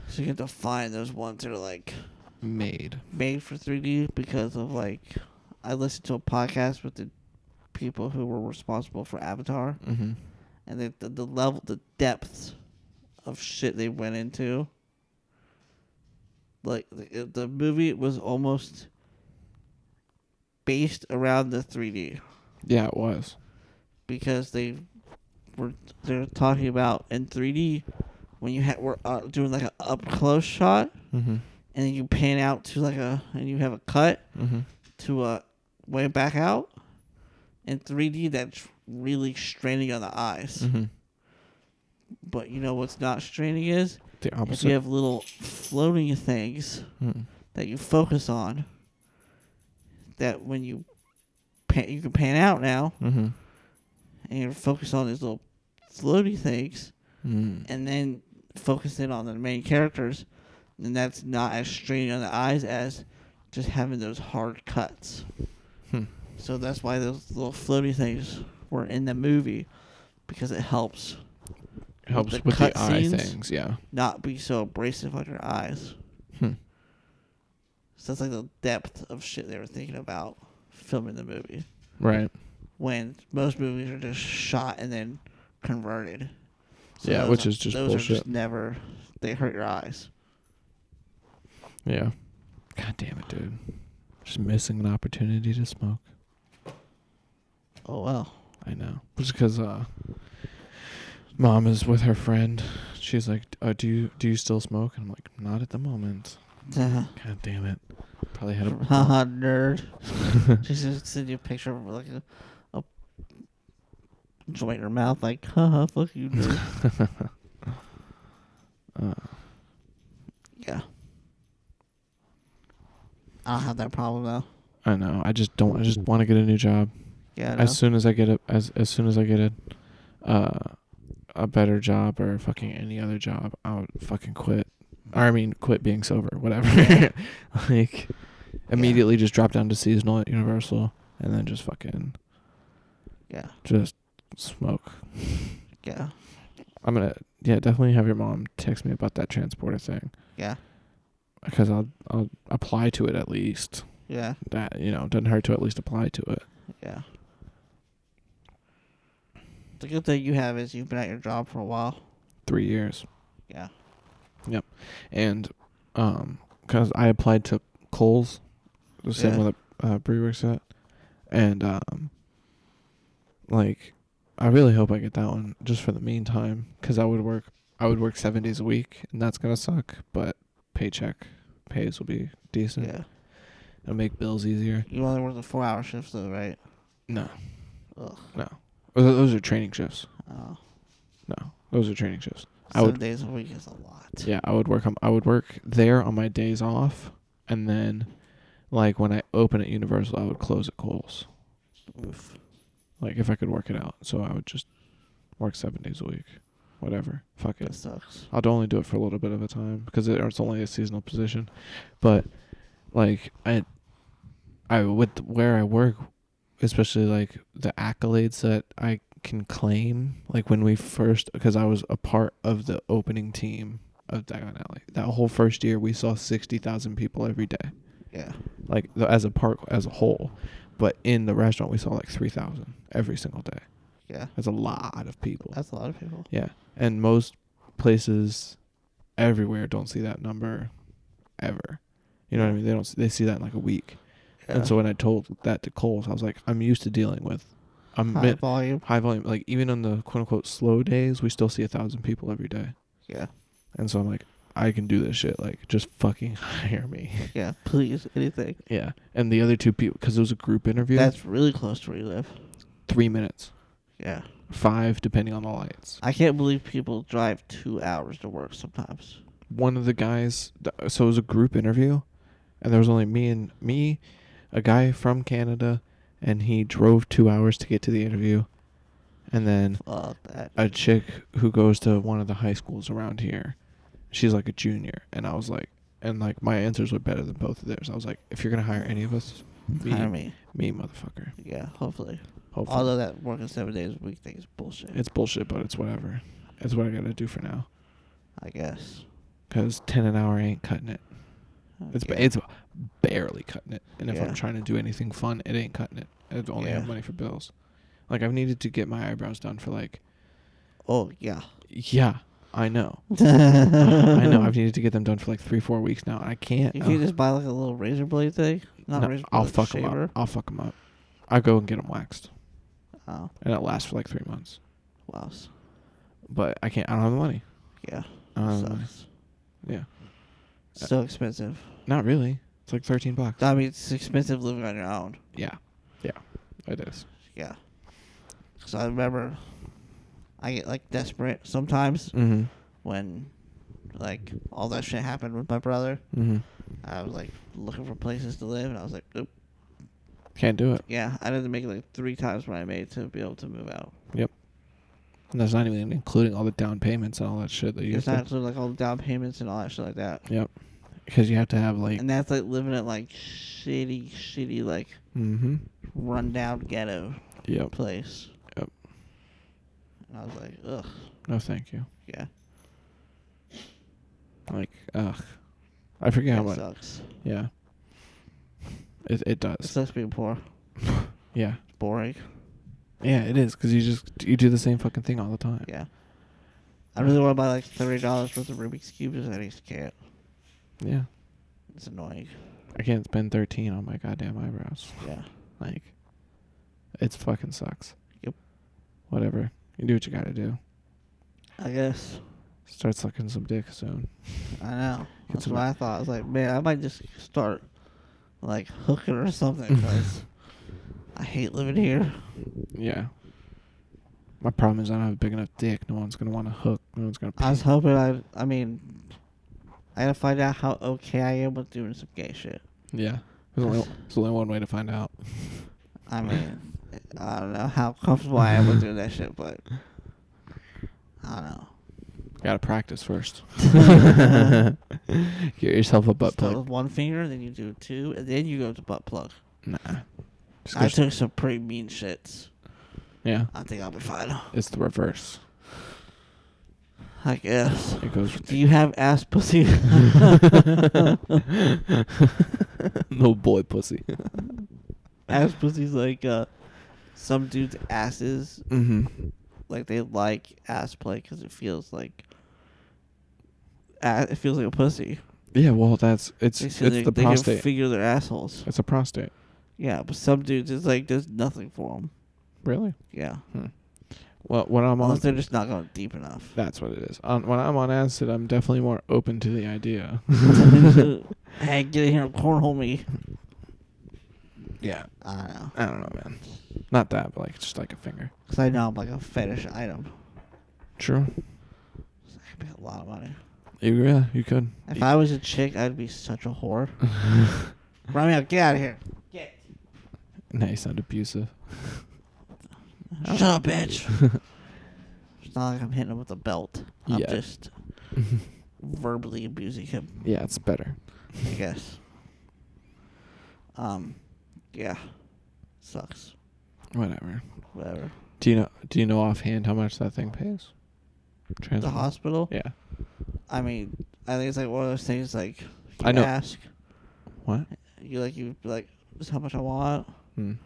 So you have to find those ones that are like Made. made for 3D because of like I listened to a podcast with the people who were responsible for Avatar, Mm-hmm. and the the, the level, the depths of shit they went into. Like the, the movie was almost based around the 3D Yeah, it was. because they were they're talking about in 3D when you ha- were uh, doing like an up close shot Mm-hmm. and then you pan out to like a and you have a cut Mm-hmm. to a way back out in 3D that's really straining on the eyes. Mm-hmm. But you know what's not straining is The if opposite. you have little floating things Mhm. that you focus on that when you pan, you can pan out now Mm-hmm. and you're focused on these little floaty things Mm. and then focus in on the main characters then that's not as straining on the eyes as just having those hard cuts Eh. Hmm. so that's why those little floaty things were in the movie because it helps It helps the with, the cut eye scenes. things. Yeah. not be so abrasive on your eyes. Hmm. So that's like the depth of shit they were thinking about filming the movie. Right. When most movies are just shot and then converted. Yeah, those which are- is just those are bullshit. just never. They hurt your eyes. Yeah. God damn it, dude. Just missing an opportunity to smoke. Oh well. I know. Just because uh, mom is with her friend. She's like, uh, "Do you do you still smoke?" And I'm like, "Not at the moment." God damn it. Probably had a. (laughs) (laughs) Haha, nerd. She's just send you a picture of like a, a joint in her mouth, like haha, fuck you, nerd. (laughs) uh, yeah. I don't have that problem though. I know. I just don't. I just want to get a new job Yeah. I know. as soon as I get a as as soon as I get a uh, a better job or fucking any other job. I would fucking quit. Or I mean, quit being sober. Whatever. (laughs) like, immediately just drop down to seasonal at Universal and then just fucking Yeah. just smoke. Yeah. I'm gonna yeah definitely have your mom text me about that transporter thing Yeah. because I'll I'll apply to it at least. Yeah. That you know doesn't hurt to at least apply to it. Yeah. The good thing you have is you've been at your job for a while. Three years Yeah. and um because I applied to Coles, the same Yeah. one that uh, Bree works at, and um like I really hope I get that one just for the meantime because I would work I would work seven days a week and that's gonna suck but paycheck pays will be decent. Yeah. It'll make bills easier. You only work the four hour shifts though, right? No. Ugh. No. Those are- Those are training shifts. Oh. No. Those are training shifts. I Seven would- days a week is a lot. Yeah, I would work on I would work there on my days off and then like when I open at Universal I would close at Kohl's. Oof. Like if I could work it out. So I would just work seven days a week. Whatever. Fuck That it. sucks. I'd only do it for a little bit of a time because it, it's only a seasonal position. But like I I with where I work, especially like the accolades that I can claim, like when we first because I was a part of the opening team of Diagon Alley. That whole first year we saw 60,000 people every day. Yeah. Like the, as a park as a whole, but in the restaurant we saw like 3,000 every single day. Yeah. That's a lot of people. That's a lot of people. Yeah. And most places everywhere don't see that number ever. You know what I mean? They don't s- they see that in like a week. Yeah. And so when I told that to Coles, I was like, I'm used to dealing with I'm high high, volume. high volume like even on the quote unquote slow days, we still see a thousand people every day. Yeah. And so I'm like, I can do this shit. Like just fucking (laughs) hire me. Yeah. Please, anything. yeah. And the other two people because it was a group interview, That's really close to where you live. three minutes. Yeah. Five depending on the lights. I can't believe people drive two hours to work sometimes. one of the guys th- so it was a group interview and there was only me and me a guy from canada and he drove two hours to get to the interview and then Fuck that. a chick who goes to one of the high schools around here she's like a junior and i was like and like my answers were better than both of theirs i was like if you're gonna hire any of us me Hire me. me motherfucker Yeah, hopefully. hopefully Although that working seven days a week thing is bullshit. it's bullshit but it's whatever it's what i gotta do for now I guess. because 10 an hour ain't cutting it It's Oh, Yeah. it's barely cutting it, and if Yeah. I'm trying to do anything fun, it ain't cutting it. I would only Yeah. have money for bills. Like I've needed to get my eyebrows done for like, oh yeah. yeah, I know, (laughs) I I (laughs) know. I've needed to get them done for like three, four weeks now. and I can't. You uh, can just buy like a little razor blade thing. Not no, razor blade. I'll like fuck them shaver. up. I'll fuck them up. I go and get them waxed, Oh and it lasts for like three months. wow. But I can't. I don't have the money. Yeah. I don't have the money. sucks. Yeah, uh, So expensive. not really. It's like thirteen bucks. I mean, it's expensive living on your own. yeah, yeah, it is. Yeah. Cause I remember, I get like desperate sometimes Mm-hmm. when, like, all that shit happened with my brother. Mm-hmm. I was like looking for places to live, and I was like, nope. Can't do it. Yeah, I had to make like three times what I made to be able to move out. Yep. And that's not even including all the down payments and all that shit that you It's have not to. including, like all the down payments and all that shit like that. Yep. Because you have to have like. And that's like living at like shitty, shitty, like Mm-hmm. rundown ghetto Yep. place. Yep. And I was like, ugh, No, thank you. yeah, Like, ugh. I forget how that much. sucks. Yeah. It it It does. sucks being poor. yeah. It's boring. Yeah, it is because you just you do the same fucking thing all the time. Yeah. I really want to buy like thirty dollars worth of Rubik's cubes, and I just can't. Yeah. It's annoying. I can't spend thirteen on my goddamn eyebrows. Yeah. Like, it's fucking sucks. Yep. Whatever. You do what you gotta do. I guess. Start sucking some dick soon. I know. Get That's some- what I thought. I was like, man, I might just start like hooking or (laughs) something because I hate living here. Yeah. My problem is I don't have a big enough dick. No one's gonna want to hook. No one's gonna. I was pee. hoping I. I mean, I gotta find out how okay I am with doing some gay shit. Yeah. There's only there's only one way to find out. (laughs) I mean, I don't know how comfortable I am with doing that shit, but I don't know. Gotta practice (laughs) first. Start Get yourself a butt plug. with one finger, then you do two, and then you go to butt plug. Nah. Just I go- took some pretty mean shits. yeah, I think I'll be fine. it's the reverse. I guess. It goes. Do you have ass (laughs) (laughs) pussy? (laughs) no boy pussy. ass pussy's like uh, some dudes' asses. Mm-hmm. Like they like ass play because it feels like. a it feels like a pussy. Yeah, well, that's it's They it's say they, the they can prostate. figure their assholes. it's a prostate. Yeah, but some dudes, it's like there's nothing for them. Really? Yeah. Well, when I'm on, Unless they're just not going deep (laughs) enough. that's what it is. On, when I'm on acid, I'm definitely more open to the idea. hey, get in here and cornhole me. yeah, I don't know. I don't know, man. Not that, but like just like a finger. Because I know I'm like a fetish item. True. So I could make a lot of money. You, yeah, you could. If (laughs) I was a chick, I'd be such a whore. Romeo, get out of here. Get. Now you sound abusive. (laughs) Shut up, bitch. it's not like I'm hitting him with a belt. I'm Yeah. just verbally abusing him, yeah, it's better. I guess. Um, yeah. Sucks. Whatever. Whatever. Do you know? Do you know offhand how much that thing pays? The Transplant. hospital? Yeah. I mean, I think it's like one of those things like you I know. ask. What? You like you be like this is how much I want, Mm.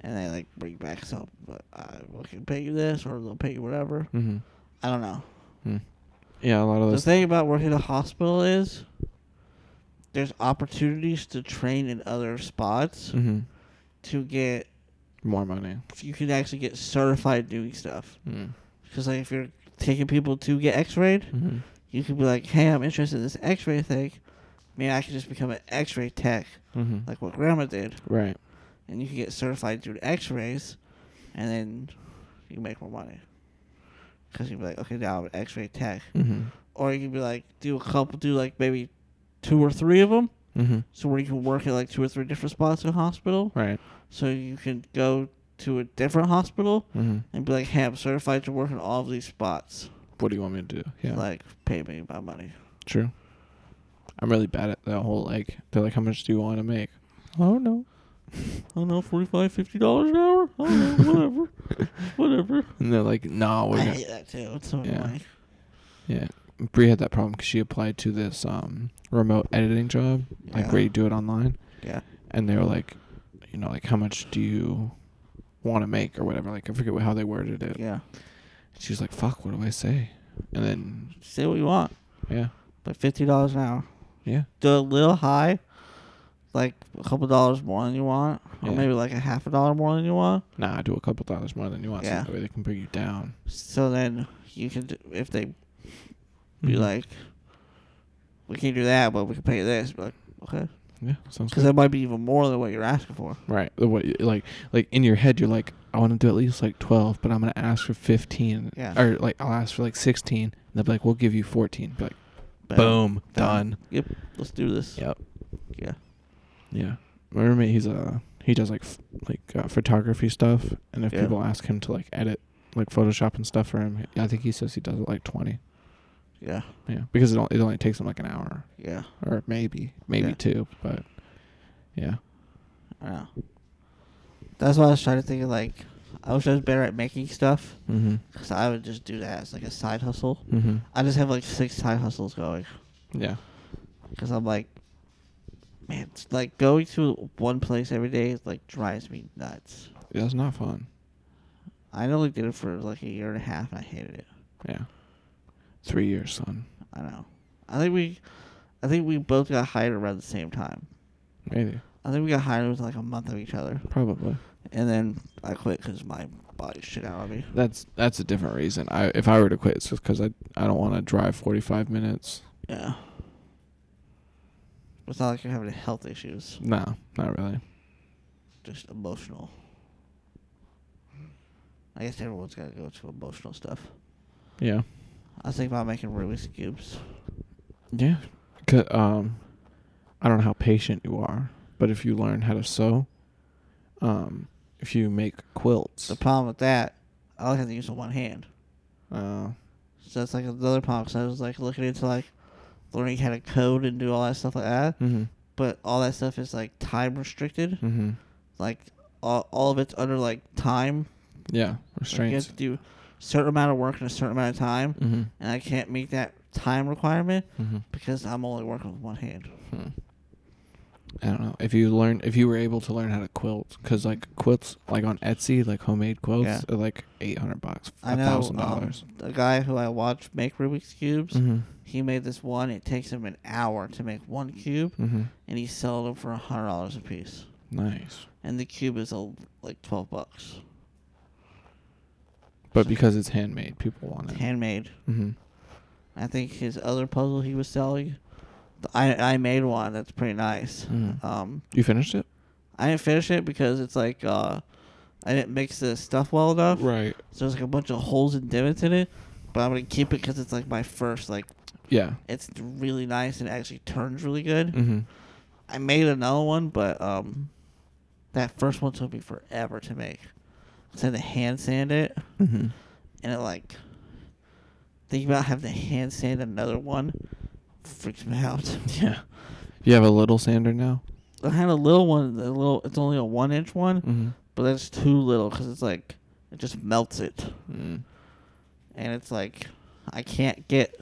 and they like bring back some. But I will can pay you this, or they'll pay you whatever. Mm-hmm. Hmm. I don't know. Yeah, a lot of The those. thing about working at a hospital is there's opportunities to train in other spots hmm to get. More money. You can actually get certified doing stuff. Mm. Because like if you're taking people to get X-rayed, hmm you could be like, "Hey, I'm interested in this X-ray thing. Maybe I could just become an X-ray tech, hmm like what Grandma did." Right. and you can get certified through the x-rays and then you make more money because you'd be like okay now i'm an x-ray tech hmm or you could be like do a couple do like maybe two or three of them hmm so where you can work at like two or three different spots in a hospital Right. so you can go to a different hospital hmm and be like hey i'm certified to work in all of these spots What do you want me to do? Yeah. like pay me my money True. I'm really bad at that whole like. They're like, how much do you want to make? Oh (laughs) no. I don't know, forty-five, fifty dollars an hour. I don't know, whatever, (laughs) whatever. And they're like, no, we're I gonna. hate that too. It's so Yeah. annoying. (laughs) Yeah. Brie had that problem because she applied to this um remote editing job, like Yeah. where you do it online, Yeah, and they were like, you know, like how much do you want to make or whatever. Like I forget what, how they worded it. yeah. She was like, fuck, what do I say? And then Say what you want. yeah, But fifty dollars an hour. yeah, Do a little high, like a couple dollars more than you want, or Yeah. maybe like a half a dollar more than you want. nah, do a couple dollars more than you want. Yeah. So that way they can bring you down. So then you can, d- if they be Mhm. like, we can't do that, but we can pay you this. Be like, okay, yeah, sounds because good. that might be even more than what you're asking for. Right. The way- Like, like in your head, you're like, I want to do at least like 12, but I'm going to ask for 15. Yeah. Or like, I'll ask for like 16. And they'll be like, we'll give you 14. Be like, But boom, done. Yep, let's do this. Yep. Yeah. Yeah. My roommate, he's a, he does like, f- like uh, photography stuff. And if Yeah. people ask him to like edit, like Photoshop and stuff for him, I think he says he does it like 20. Yeah. Yeah. Because it, on- it only takes him like an hour Yeah. or maybe, maybe Yeah. two. But yeah. I know. That's why I was trying to think of like, I wish I was better at making stuff, Mm because I would just do that as like a side hustle. hmm. Mm I just have like six side hustles going. hmm. Yeah. Because I'm like, man, it's like going to one place every day is like drives me nuts. That's not fun. I only did it for like a year and a half and I hated it. Yeah. Three years, son. I know. I think we, I think we both got hired around the same time. Maybe. I think we got hired with like a month of each other. Probably. And then I quit because my body shit out of me. That's that's a different reason. I if I were to quit, it's just because I I don't want to drive forty five minutes. Yeah. It's not like you're having health issues, No, not really. just emotional. I guess everyone's got to go to emotional stuff. Yeah. I was thinking about making Rubik's Cubes. Yeah. 'Cause, um, I don't know how patient you are, but if you learn how to sew, um, if you make quilts, The problem with that, I only have to use the one hand. uh, So that's like another problem. So I was like looking into like learning how to code and do all that stuff like that. Mm-hmm. But all that stuff is like time restricted. Mm-hmm. Like all, all of it's under like time. Yeah. Like, you have Restraints. to do certain amount of work in a certain amount of time, mm-hmm. and I can't meet that time requirement Mm-hmm. because I'm only working with one hand. Hmm. I don't know if you learn if you were able to learn how to quilt because like quilts like on Etsy like homemade quilts Yeah. are like eight hundred bucks I a know thousand um, dollars. the guy who I watch make Rubik's cubes. Mm-hmm. He made this one. It takes him an hour to make one cube, Mm-hmm. and he sold them for a hundred dollars a piece. Nice, And the cube is a, like twelve bucks, but because it's handmade, people want it. handmade. mm-hmm. I think his other puzzle he was selling, th- I I made one that's pretty nice. Mhm. Um, You finished it, I didn't finish it because it's like uh, I didn't mix the stuff well enough. right? So there's like a bunch of holes and divots in it, but I'm gonna keep it because it's like my first. Like Yeah. it's really nice and it actually turns really good. Mm-hmm. I made another one, but um, that first one took me forever to make. 'Cause I had to hand sand it, Mm-hmm. and it like think about having to hand sand another one freaks me out. (laughs) (laughs) Yeah. You have a little sander now. I had a little one, a little. It's only a one inch one, Mm-hmm. but that's too little because it's like it just melts it, Mm. and it's like I can't get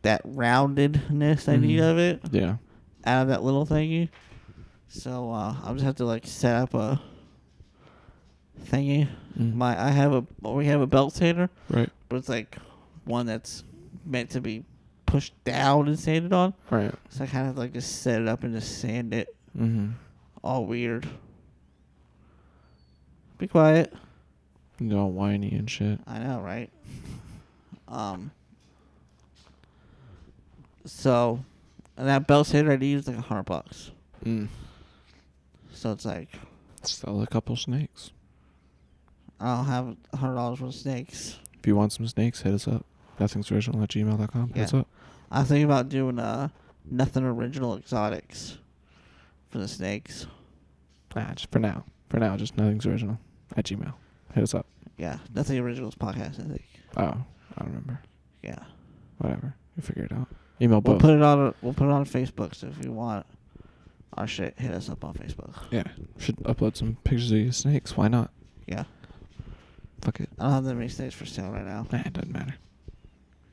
that roundedness I need Mhm. of it Yeah. out of that little thingy. So uh, I'll just have to like set up a thingy. Mm. My I have a we have a belt sander, Right. but it's like one that's meant to be pushed down and sanded on. Right. So I kind of like just set it up and just sand it Mm-hmm. all weird. Be quiet. You know, whiny and shit. I know, right? (laughs) Um. So, and that belt sander I need is like a hundred bucks. Mm. So it's like Sell a couple snakes. I don't have a hundred dollars worth of snakes. If you want some snakes, hit us up. Nothing's original at gmail.com. Hit Yeah. us up. I was thinking about doing uh nothing original exotics for the snakes. Nah, just for now. For now, just nothing's original at Gmail. Hit us up. Yeah, nothing originals podcast. I think. Oh, I don't remember. Yeah, Whatever. You figure it out. Email we'll both. put it on. We'll put it on Facebook. So if you want our shit, hit us up on Facebook. yeah. Should upload some pictures of your snakes. Why not? Yeah, Fuck it. I don't have that many snakes for sale right now. Nah, it doesn't matter.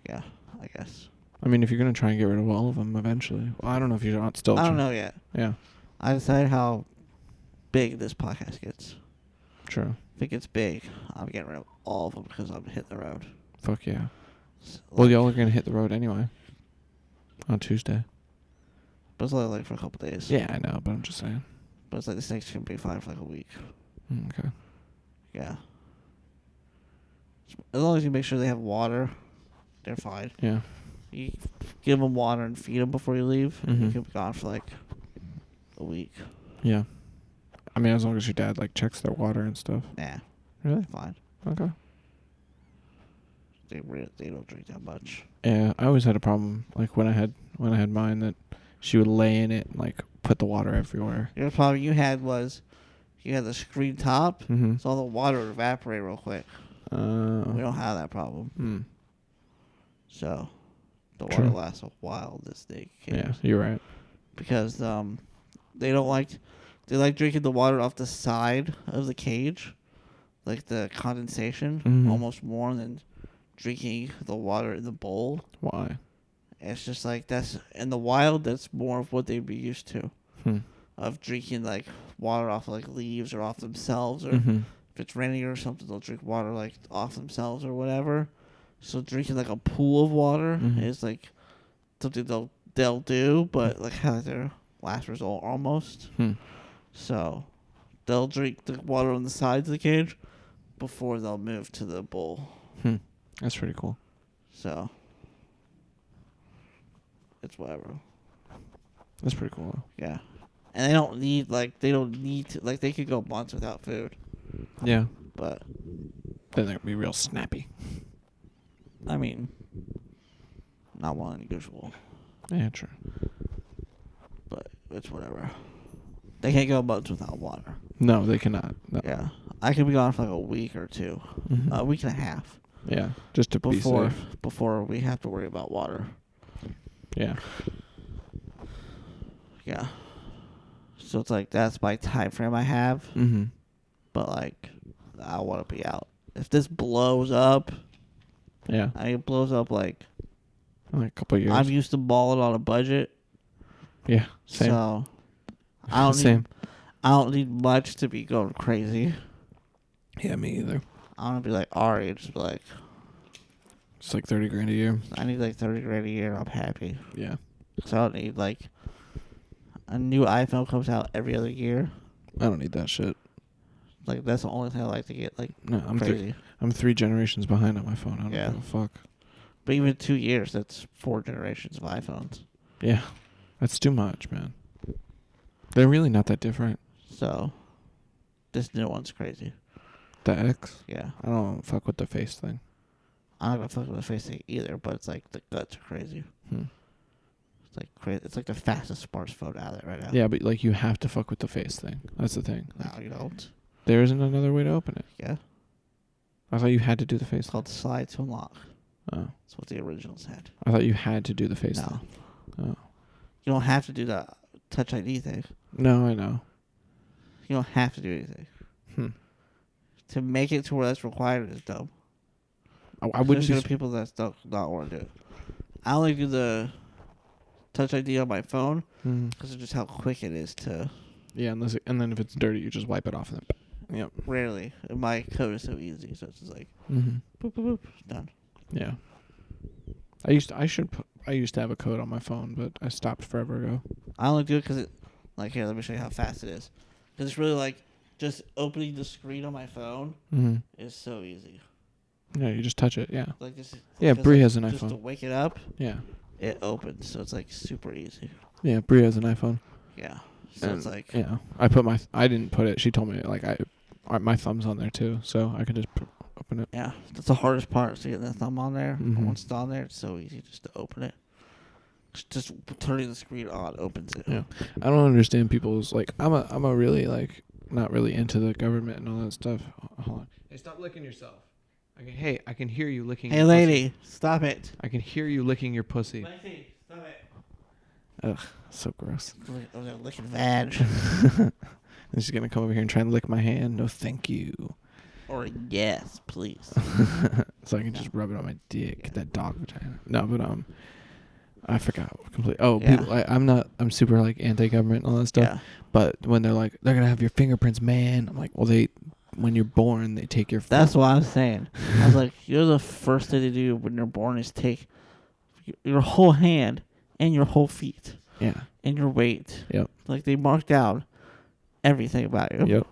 Yeah, I guess. I mean, if you're going to try and get rid of all of them eventually. Well, I don't know if you're not still. I don't try- know yet. Yeah. I decide how big this podcast gets. True. If it gets big, I'm getting rid of all of them because I'm hitting the road. Fuck yeah. So, Well, like- y'all are going to hit the road anyway. On Tuesday. But it's only like for a couple days. Yeah, I know, but I'm just saying. But it's like the snakes can be fine for like a week. Mm, Okay. Yeah. As long as you make sure they have water, they're fine. Yeah. You give them water and feed them before you leave. and Mhm. You can be gone for like a week. Yeah. I mean, as long as your dad, like, checks their water and stuff. Nah, Really? fine. Okay. They re- they don't drink that much. Yeah, I always had a problem like when I had when I had mine that she would lay in it and like put the water everywhere. The only problem you had was you had the screen top, Mm-hmm. so all the water would evaporate real quick. We Uh, don't have that problem. mm, So the True. water lasts a while this snake yeah, cares. you're right. because um, they don't like they like drinking the water off the side of the cage, like the condensation, Mhm. almost more than drinking the water in the bowl. Why? It's just like that's in the wild. That's more of what they'd be used to, Hmm. of drinking like water off like leaves or off themselves, or Mm-hmm. if it's raining or something, they'll drink water like off themselves or whatever. So drinking like a pool of water Mhm. is like something they'll they'll do, but like (laughs) kind of their last resort almost. Hmm. So they'll drink the water on the sides of the cage before they'll move to the bowl. Hmm. That's pretty cool. So it's whatever. That's pretty cool. Though. Yeah. And they don't need like they don't need to like they could go months without food. Yeah. But Then they'd be real snappy. I mean not one unusual. Yeah, true. But it's whatever. They can't go months without water. No, they cannot. No. Yeah. I could be gone for like a week or 2 Mhm. a week and a half. Yeah, just to Uh, before be safe. before we have to worry about water. Yeah, Yeah. So it's like that's my time frame I have, mm-hmm. but like I want to be out. If this blows up, yeah. I mean, it blows up like In a couple years. I'm used to balling on a budget, yeah, same. so I don't same. Need, I don't need much to be going crazy. Yeah, me either. I want to be like Ari, just be like It's like thirty grand a year. I need like thirty grand a year. and I'm happy. Yeah, So I don't need like a new iPhone comes out every other year. I don't need that shit. Like that's the only thing I like to get. Like No, I'm crazy. three. I'm three generations behind on my phone. I don't Yeah. give a fuck. But even two years, that's four generations of iPhones. Yeah, that's too much, man. They're really not that different. So this new one's crazy. The X. Yeah. I don't fuck with the face thing. I'm not gonna fuck with the face thing either, but it's like the guts are crazy. Hmm. It's like crazy. It's like the fastest smartphone out of it right now. Yeah, but like you have to fuck with the face thing. That's the thing. No, you don't. There isn't another way to open it. Yeah. I thought you had to do the face. It's called slide to unlock. Oh, That's what the original said. I thought you had to do the face No. thing. Oh. You don't have to do the touch ID thing. No, I know. You don't have to do anything. Hmm. To make it to where that's required is dumb. I, I wouldn't. There's Be, gonna be people that don't not want to do it. I only do the touch ID on my phone mm, because of just how quick it is to. yeah, unless it, and then if it's dirty, you just wipe it off and then. Yep. Rarely, and my code is so easy, so it's just like Mm-hmm. boop boop boop, it's done. Yeah. I used to, I should put, I used to have a code on my phone, but I stopped forever ago. I only do it because it, like here, let me show you how fast it is. Because it's really like just opening the screen on my phone Mm-hmm. is so easy. Yeah, you just touch it. Yeah. Like this. Yeah, 'cause, Bree like, has an Just to iPhone. wake it up, Yeah. it opens, so it's like super easy. Yeah, Bree has an iPhone. Yeah, so And, it's like Yeah. I put my I didn't put it. She told me like I I- my thumb's on there too, so I could just p- open it. Yeah, that's the hardest part. is to get that thumb on there. And Mhm. Once it's on there, it's so easy just to open it. Just- Just turning the screen on opens it. Yeah. I don't understand people's like I'm a I'm a really like not really into the government and all that stuff. Ho- Hold on. Hey, stop licking yourself. I can, hey, I can hear you licking. Hey, your lady, stop it. I can hear you licking your pussy. Lexi, stop it. Ugh, so gross. I was gonna lick it Oh, vag. (laughs) And she's gonna come over here and try and lick my hand. No, thank you. or yes, (laughs) please. so I can just rub it on my dick. That dog vagina. No, but um, I forgot completely. Oh, Yeah. people, I, I'm not. I'm super like anti-government and all that stuff. Yeah. But when they're like, they're gonna have your fingerprints, man. I'm like, well, they, when you're born, they take your. That's what I'm saying. I was like, you're the first thing to do when you're born is take y- your whole hand and your whole feet yeah. and your weight. Yep. Like they mark down everything about you Yep.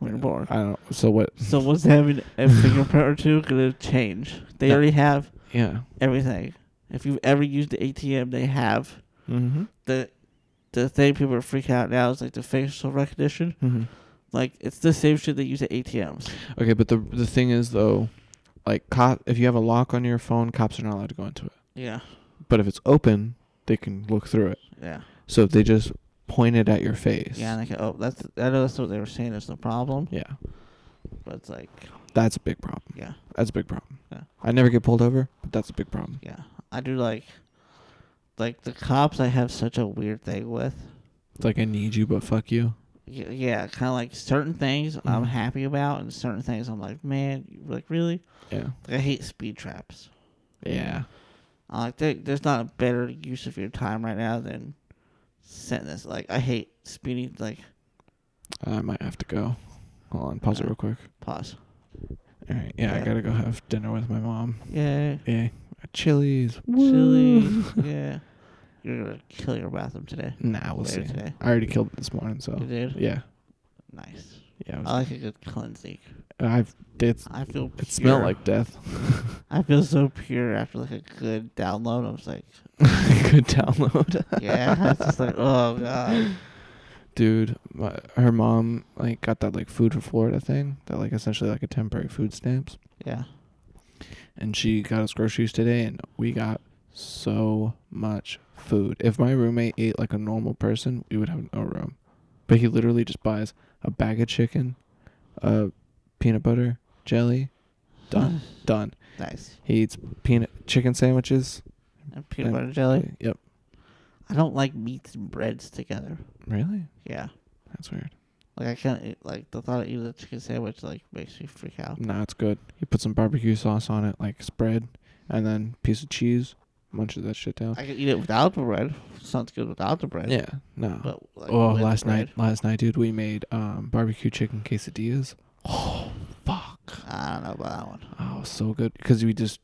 when you're born. I don't. So what? So what's having (laughs) a fingerprint or two gonna change? They No. already have Yeah. everything. If you've ever used the ATM, they have Mm-hmm. the the thing people are freaking out now is like the facial recognition. mm-hmm. Like it's the same shit they use at ATMs. Okay, but the the thing is though, like cop, if you have a lock on your phone, cops are not allowed to go into it. Yeah, But if it's open, they can look through it. yeah, So if they just point it at your face. yeah. And I can, oh, that's I know that's what they were saying is the problem, Yeah. but it's like That's a big problem. yeah, That's a big problem. Yeah. I never get pulled over, but that's a big problem. yeah. I do like like the cops. I have such a weird thing with. It's like I need you, but fuck you. Y- Yeah, kind of like certain things I'm Mhm. happy about, and certain things I'm like, man, you- like really. Yeah. Like I hate speed traps. Yeah. I like there, there's not a better use of your time right now than setting this. Like I hate speeding. Like I might have to go. Hold on, pause it real quick. pause. All right. Yeah, I Yeah. gotta go have dinner with my mom. Yeah, Yeah. Chili's. (laughs) chili. yeah, you're gonna kill your bathroom today. Nah, we'll see. Later today. I already killed it this morning, so You did Oh, yeah. nice. Yeah. I was, I like a good cleansing. I've it's I feel Uh, pure. it smelled like death. (laughs) I feel so pure after like a good download. I (laughs) was like, Good download. yeah, I was (laughs) just like, oh god, Dude, my, her mom like got that like food for Florida thing that like essentially like a temporary food stamps. yeah, and she got us groceries today and we got so much food. If my roommate ate like a normal person, we would have no room. But he literally just buys a bag of chicken, uh peanut butter, jelly, Done. Done. (sighs) Nice. He eats peanut chicken sandwiches. And peanut and- butter jelly. Yep. I don't like meats and breads together. Really? Yeah. That's weird. Like I can't eat, like the thought of eating a chicken sandwich like makes me freak out. Nah, it's good. You put some barbecue sauce on it, like spread, and then piece of cheese. Munches that shit down. I can eat it without the bread. Sounds good without the bread. yeah. No. But like, oh, with the last night, bread, last night, dude, we made um, barbecue chicken quesadillas. Oh, fuck! I don't know about that one. Oh, so good because we just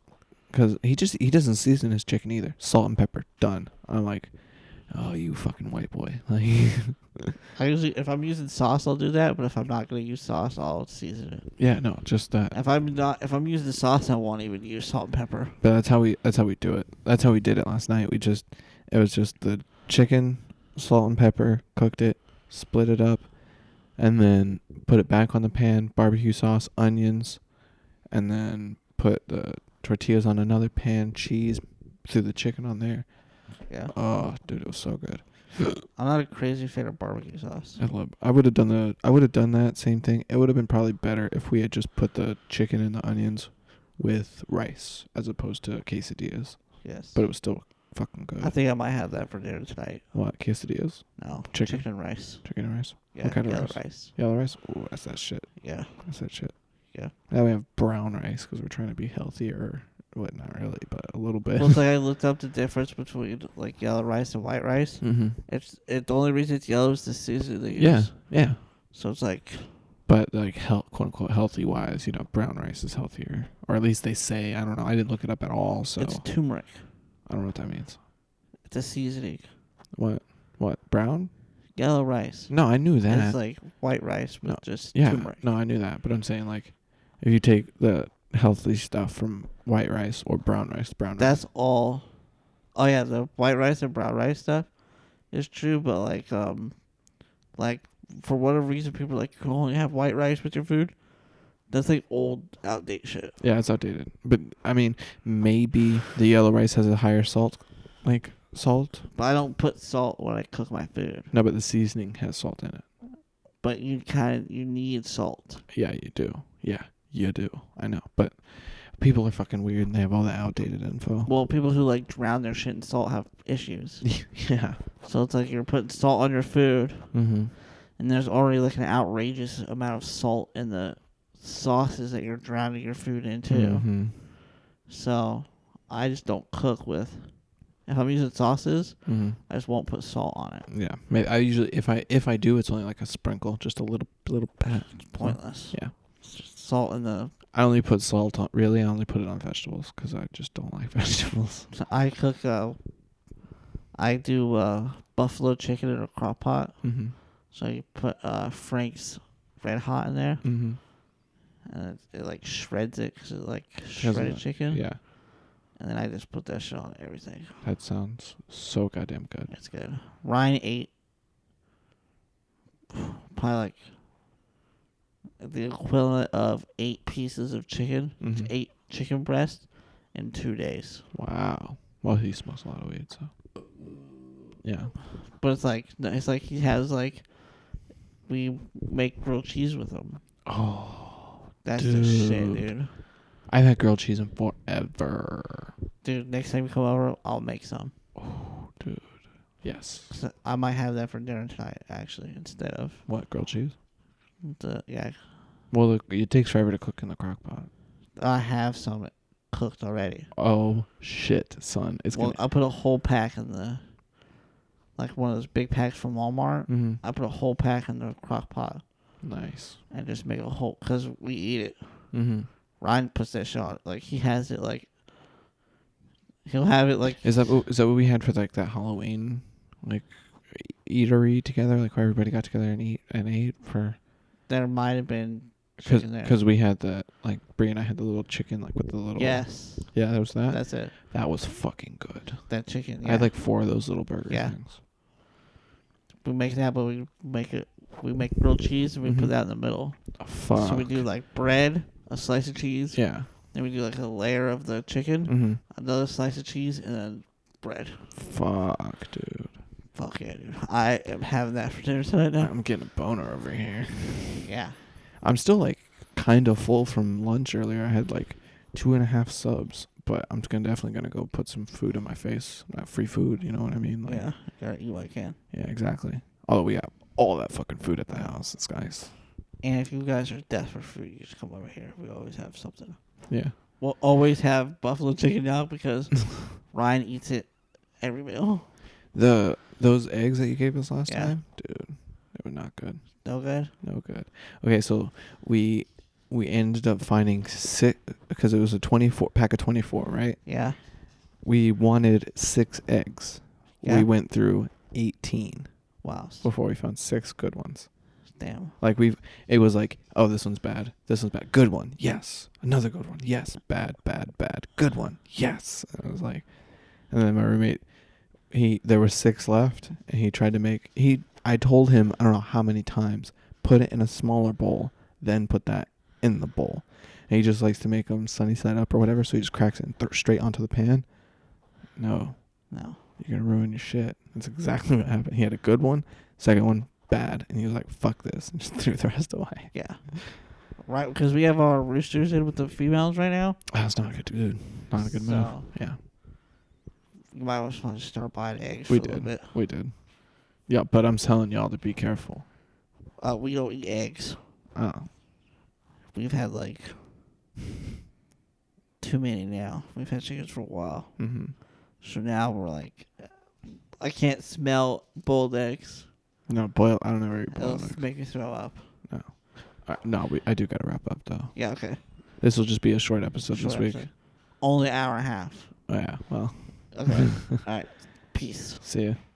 because he just he doesn't season his chicken either. Salt and pepper, done. I'm like, oh, you fucking white boy. (laughs) Like, I usually if I'm using sauce I'll do that, but if I'm not gonna use sauce I'll season it. yeah, no, just that. If I'm not if I'm using the sauce I won't even use salt and pepper. But that's how we that's how we do it. That's how we did it last night. We just it was just the chicken, salt and pepper, cooked it, split it up, and then put it back on the pan, barbecue sauce, onions, and then put the tortillas on another pan, cheese, threw the chicken on there. Yeah. Oh, dude, it was so good. I'm not a crazy fan of barbecue sauce. I love I would have done the I would have done that same thing. It would have been probably better if we had just put the chicken and the onions with rice as opposed to quesadillas. Yes. But it was still fucking good. I think I might have that for dinner tonight. What quesadillas? No. Chicken? and rice. Chicken and rice? Yeah. What kind of yellow rice? Yellow rice? Ooh, that's that shit. (laughs) Yeah. That's that shit. Yeah. Now we have brown rice because we're trying to be healthier. What? Not really, but a little bit. well, it's like I looked up the difference between like yellow rice and white (laughs) rice. mm-hmm. It's it the only reason it's yellow is the season they use. Yeah, yeah. So it's like But like health, quote unquote, healthy wise, you know, brown rice is healthier, or at least they say. I don't know. I didn't look it up at all, so it's turmeric. I don't know what that means. It's a seasoning. What? What? Brown? Yellow rice. No, I knew that. It's like white rice with No. just Yeah, turmeric. no, I knew that, but I'm saying like, if you take the healthy stuff from white rice or brown rice, brown rice. That's all. Oh yeah, the white rice and brown rice stuff is true, but like um, like for whatever reason, people are like you can only have white rice with your food. That's like old, outdated shit. Yeah, it's outdated. But I mean, maybe the yellow rice has a higher salt, like salt. But I don't put salt when I cook my food. No, but the seasoning has salt in it. But you kind of you need salt. Yeah, you do. Yeah, you do. I know, but people are fucking weird and they have all the outdated info. Well, people who like drown their shit in salt have issues. (laughs) yeah. So it's like you're putting salt on your food, Mm-hmm. and there's already like an outrageous amount of salt in the sauces that you're drowning your food into. Mm-hmm. So I just don't cook with. If I'm using sauces, I just won't put salt on it. Mm-hmm. Yeah. Maybe I usually if I if I do, it's only like a sprinkle, just a little little pat. It's pointless. Yeah. It's just salt in the. I only put salt on. Really, I only put it on vegetables because I just don't like (laughs) vegetables. so I cook. Uh, I do uh, buffalo chicken in a crock pot. Mm-hmm. So you put uh, Frank's Red Hot in there, Mm-hmm. and it, it like shreds it because it like has shredded a- chicken. Yeah, And then I just put that shit on everything. that sounds so goddamn good. It's good. Ryan ate probably like the equivalent of eight pieces of chicken, Mhm. eight chicken breasts in two days. Wow. Well, he smokes a lot of weed, so. Yeah. But it's like no, it's like he has like we make grilled cheese with him. Oh. That's the shit, Dude. dude. I've had grilled cheese in forever. Dude, next time you come over, I'll make some. Yes. 'Cause I might have that for dinner tonight, actually, instead of What grilled cheese? the yeah. Well, look, it takes forever to cook in the crock pot. I have some cooked already. Oh shit, son! It's well, gonna. I put a whole pack in the, like one of those big packs from Walmart. hmm I put a whole pack in the crock pot Nice. and just make a whole, cause we eat it. Mm-hmm. Ryan puts that shit on. Like he has it like, he'll have it like. Is that what- is that what we had for like that Halloween like e-, eatery together? Like where everybody got together and eat and ate for There might have been because chicken there. we had the like Brie and I had the little chicken like with the little yes, yeah that was that that's it. that was fucking good. That chicken. I Yeah. had like four of those little burger Yeah. things. we make that, but we make it. We make grilled cheese and we Mhm. put that in the middle. Oh, fuck. So we do like bread, a slice of cheese, yeah. then we do like a layer of the chicken, Mm-hmm. another slice of cheese, and then bread. Fuck, dude. Fuck yeah, dude. I am having that for dinner tonight now. I'm getting a boner over here. Yeah. I'm still like kind of full from lunch earlier. I had like two and a half subs, but I'm gonna definitely gonna go put some food in my face. Not free food, you know what I mean? Like, Oh, yeah, gotta eat what I can. Yeah, exactly. Although we got all that fucking food at the house, it's nice. And if you guys are desperate for food, you just come over here. We always have something. Yeah. We'll always have buffalo chicken now (laughs) because Ryan eats it every meal. The those eggs that you gave us last Yeah. time, dude, they were not good. No good. No good. Okay, so we we ended up finding six because it was a twenty four pack of twenty four, right? Yeah. We wanted six eggs. Yeah. We went through eighteen Wow. s- before we found six good ones. Damn. Like we've, it was like, oh, this one's bad. This one's bad. Good one. Yes. Another good one. Yes. Bad. Bad. Bad. Good one. Yes. And I was like, and then my roommate, he there were six left, and he tried to make he. I told him I don't know how many times, put it in a smaller bowl, then put that in the bowl. And he just likes to make them sunny side up or whatever, so he just cracks it and th- straight onto the pan. No, No. you're gonna ruin your shit. That's exactly what happened. He had a good one, second one bad, and he was like, "Fuck this," and just (laughs) threw the rest away. Yeah. Right, because we have our roosters in with the females right now. That's not good, dude. Not a good So- move. Yeah, You might just want to start buying eggs We for a did. little bit. we did. Yeah, but I'm telling y'all to be careful. Uh, we don't eat eggs. Oh, We've had like too many now. We've had chickens for a while. mm-hmm. So now we're like, I can't smell boiled eggs. no boil. I don't ever eat It'll boiled eggs. make me throw up. Uh, no, we, I do gotta wrap up though. Yeah, okay. This will just be a short episode Sure, this week. episode. Only an hour and a half. Oh, yeah. Well, Okay. (laughs) All right. Peace. see ya.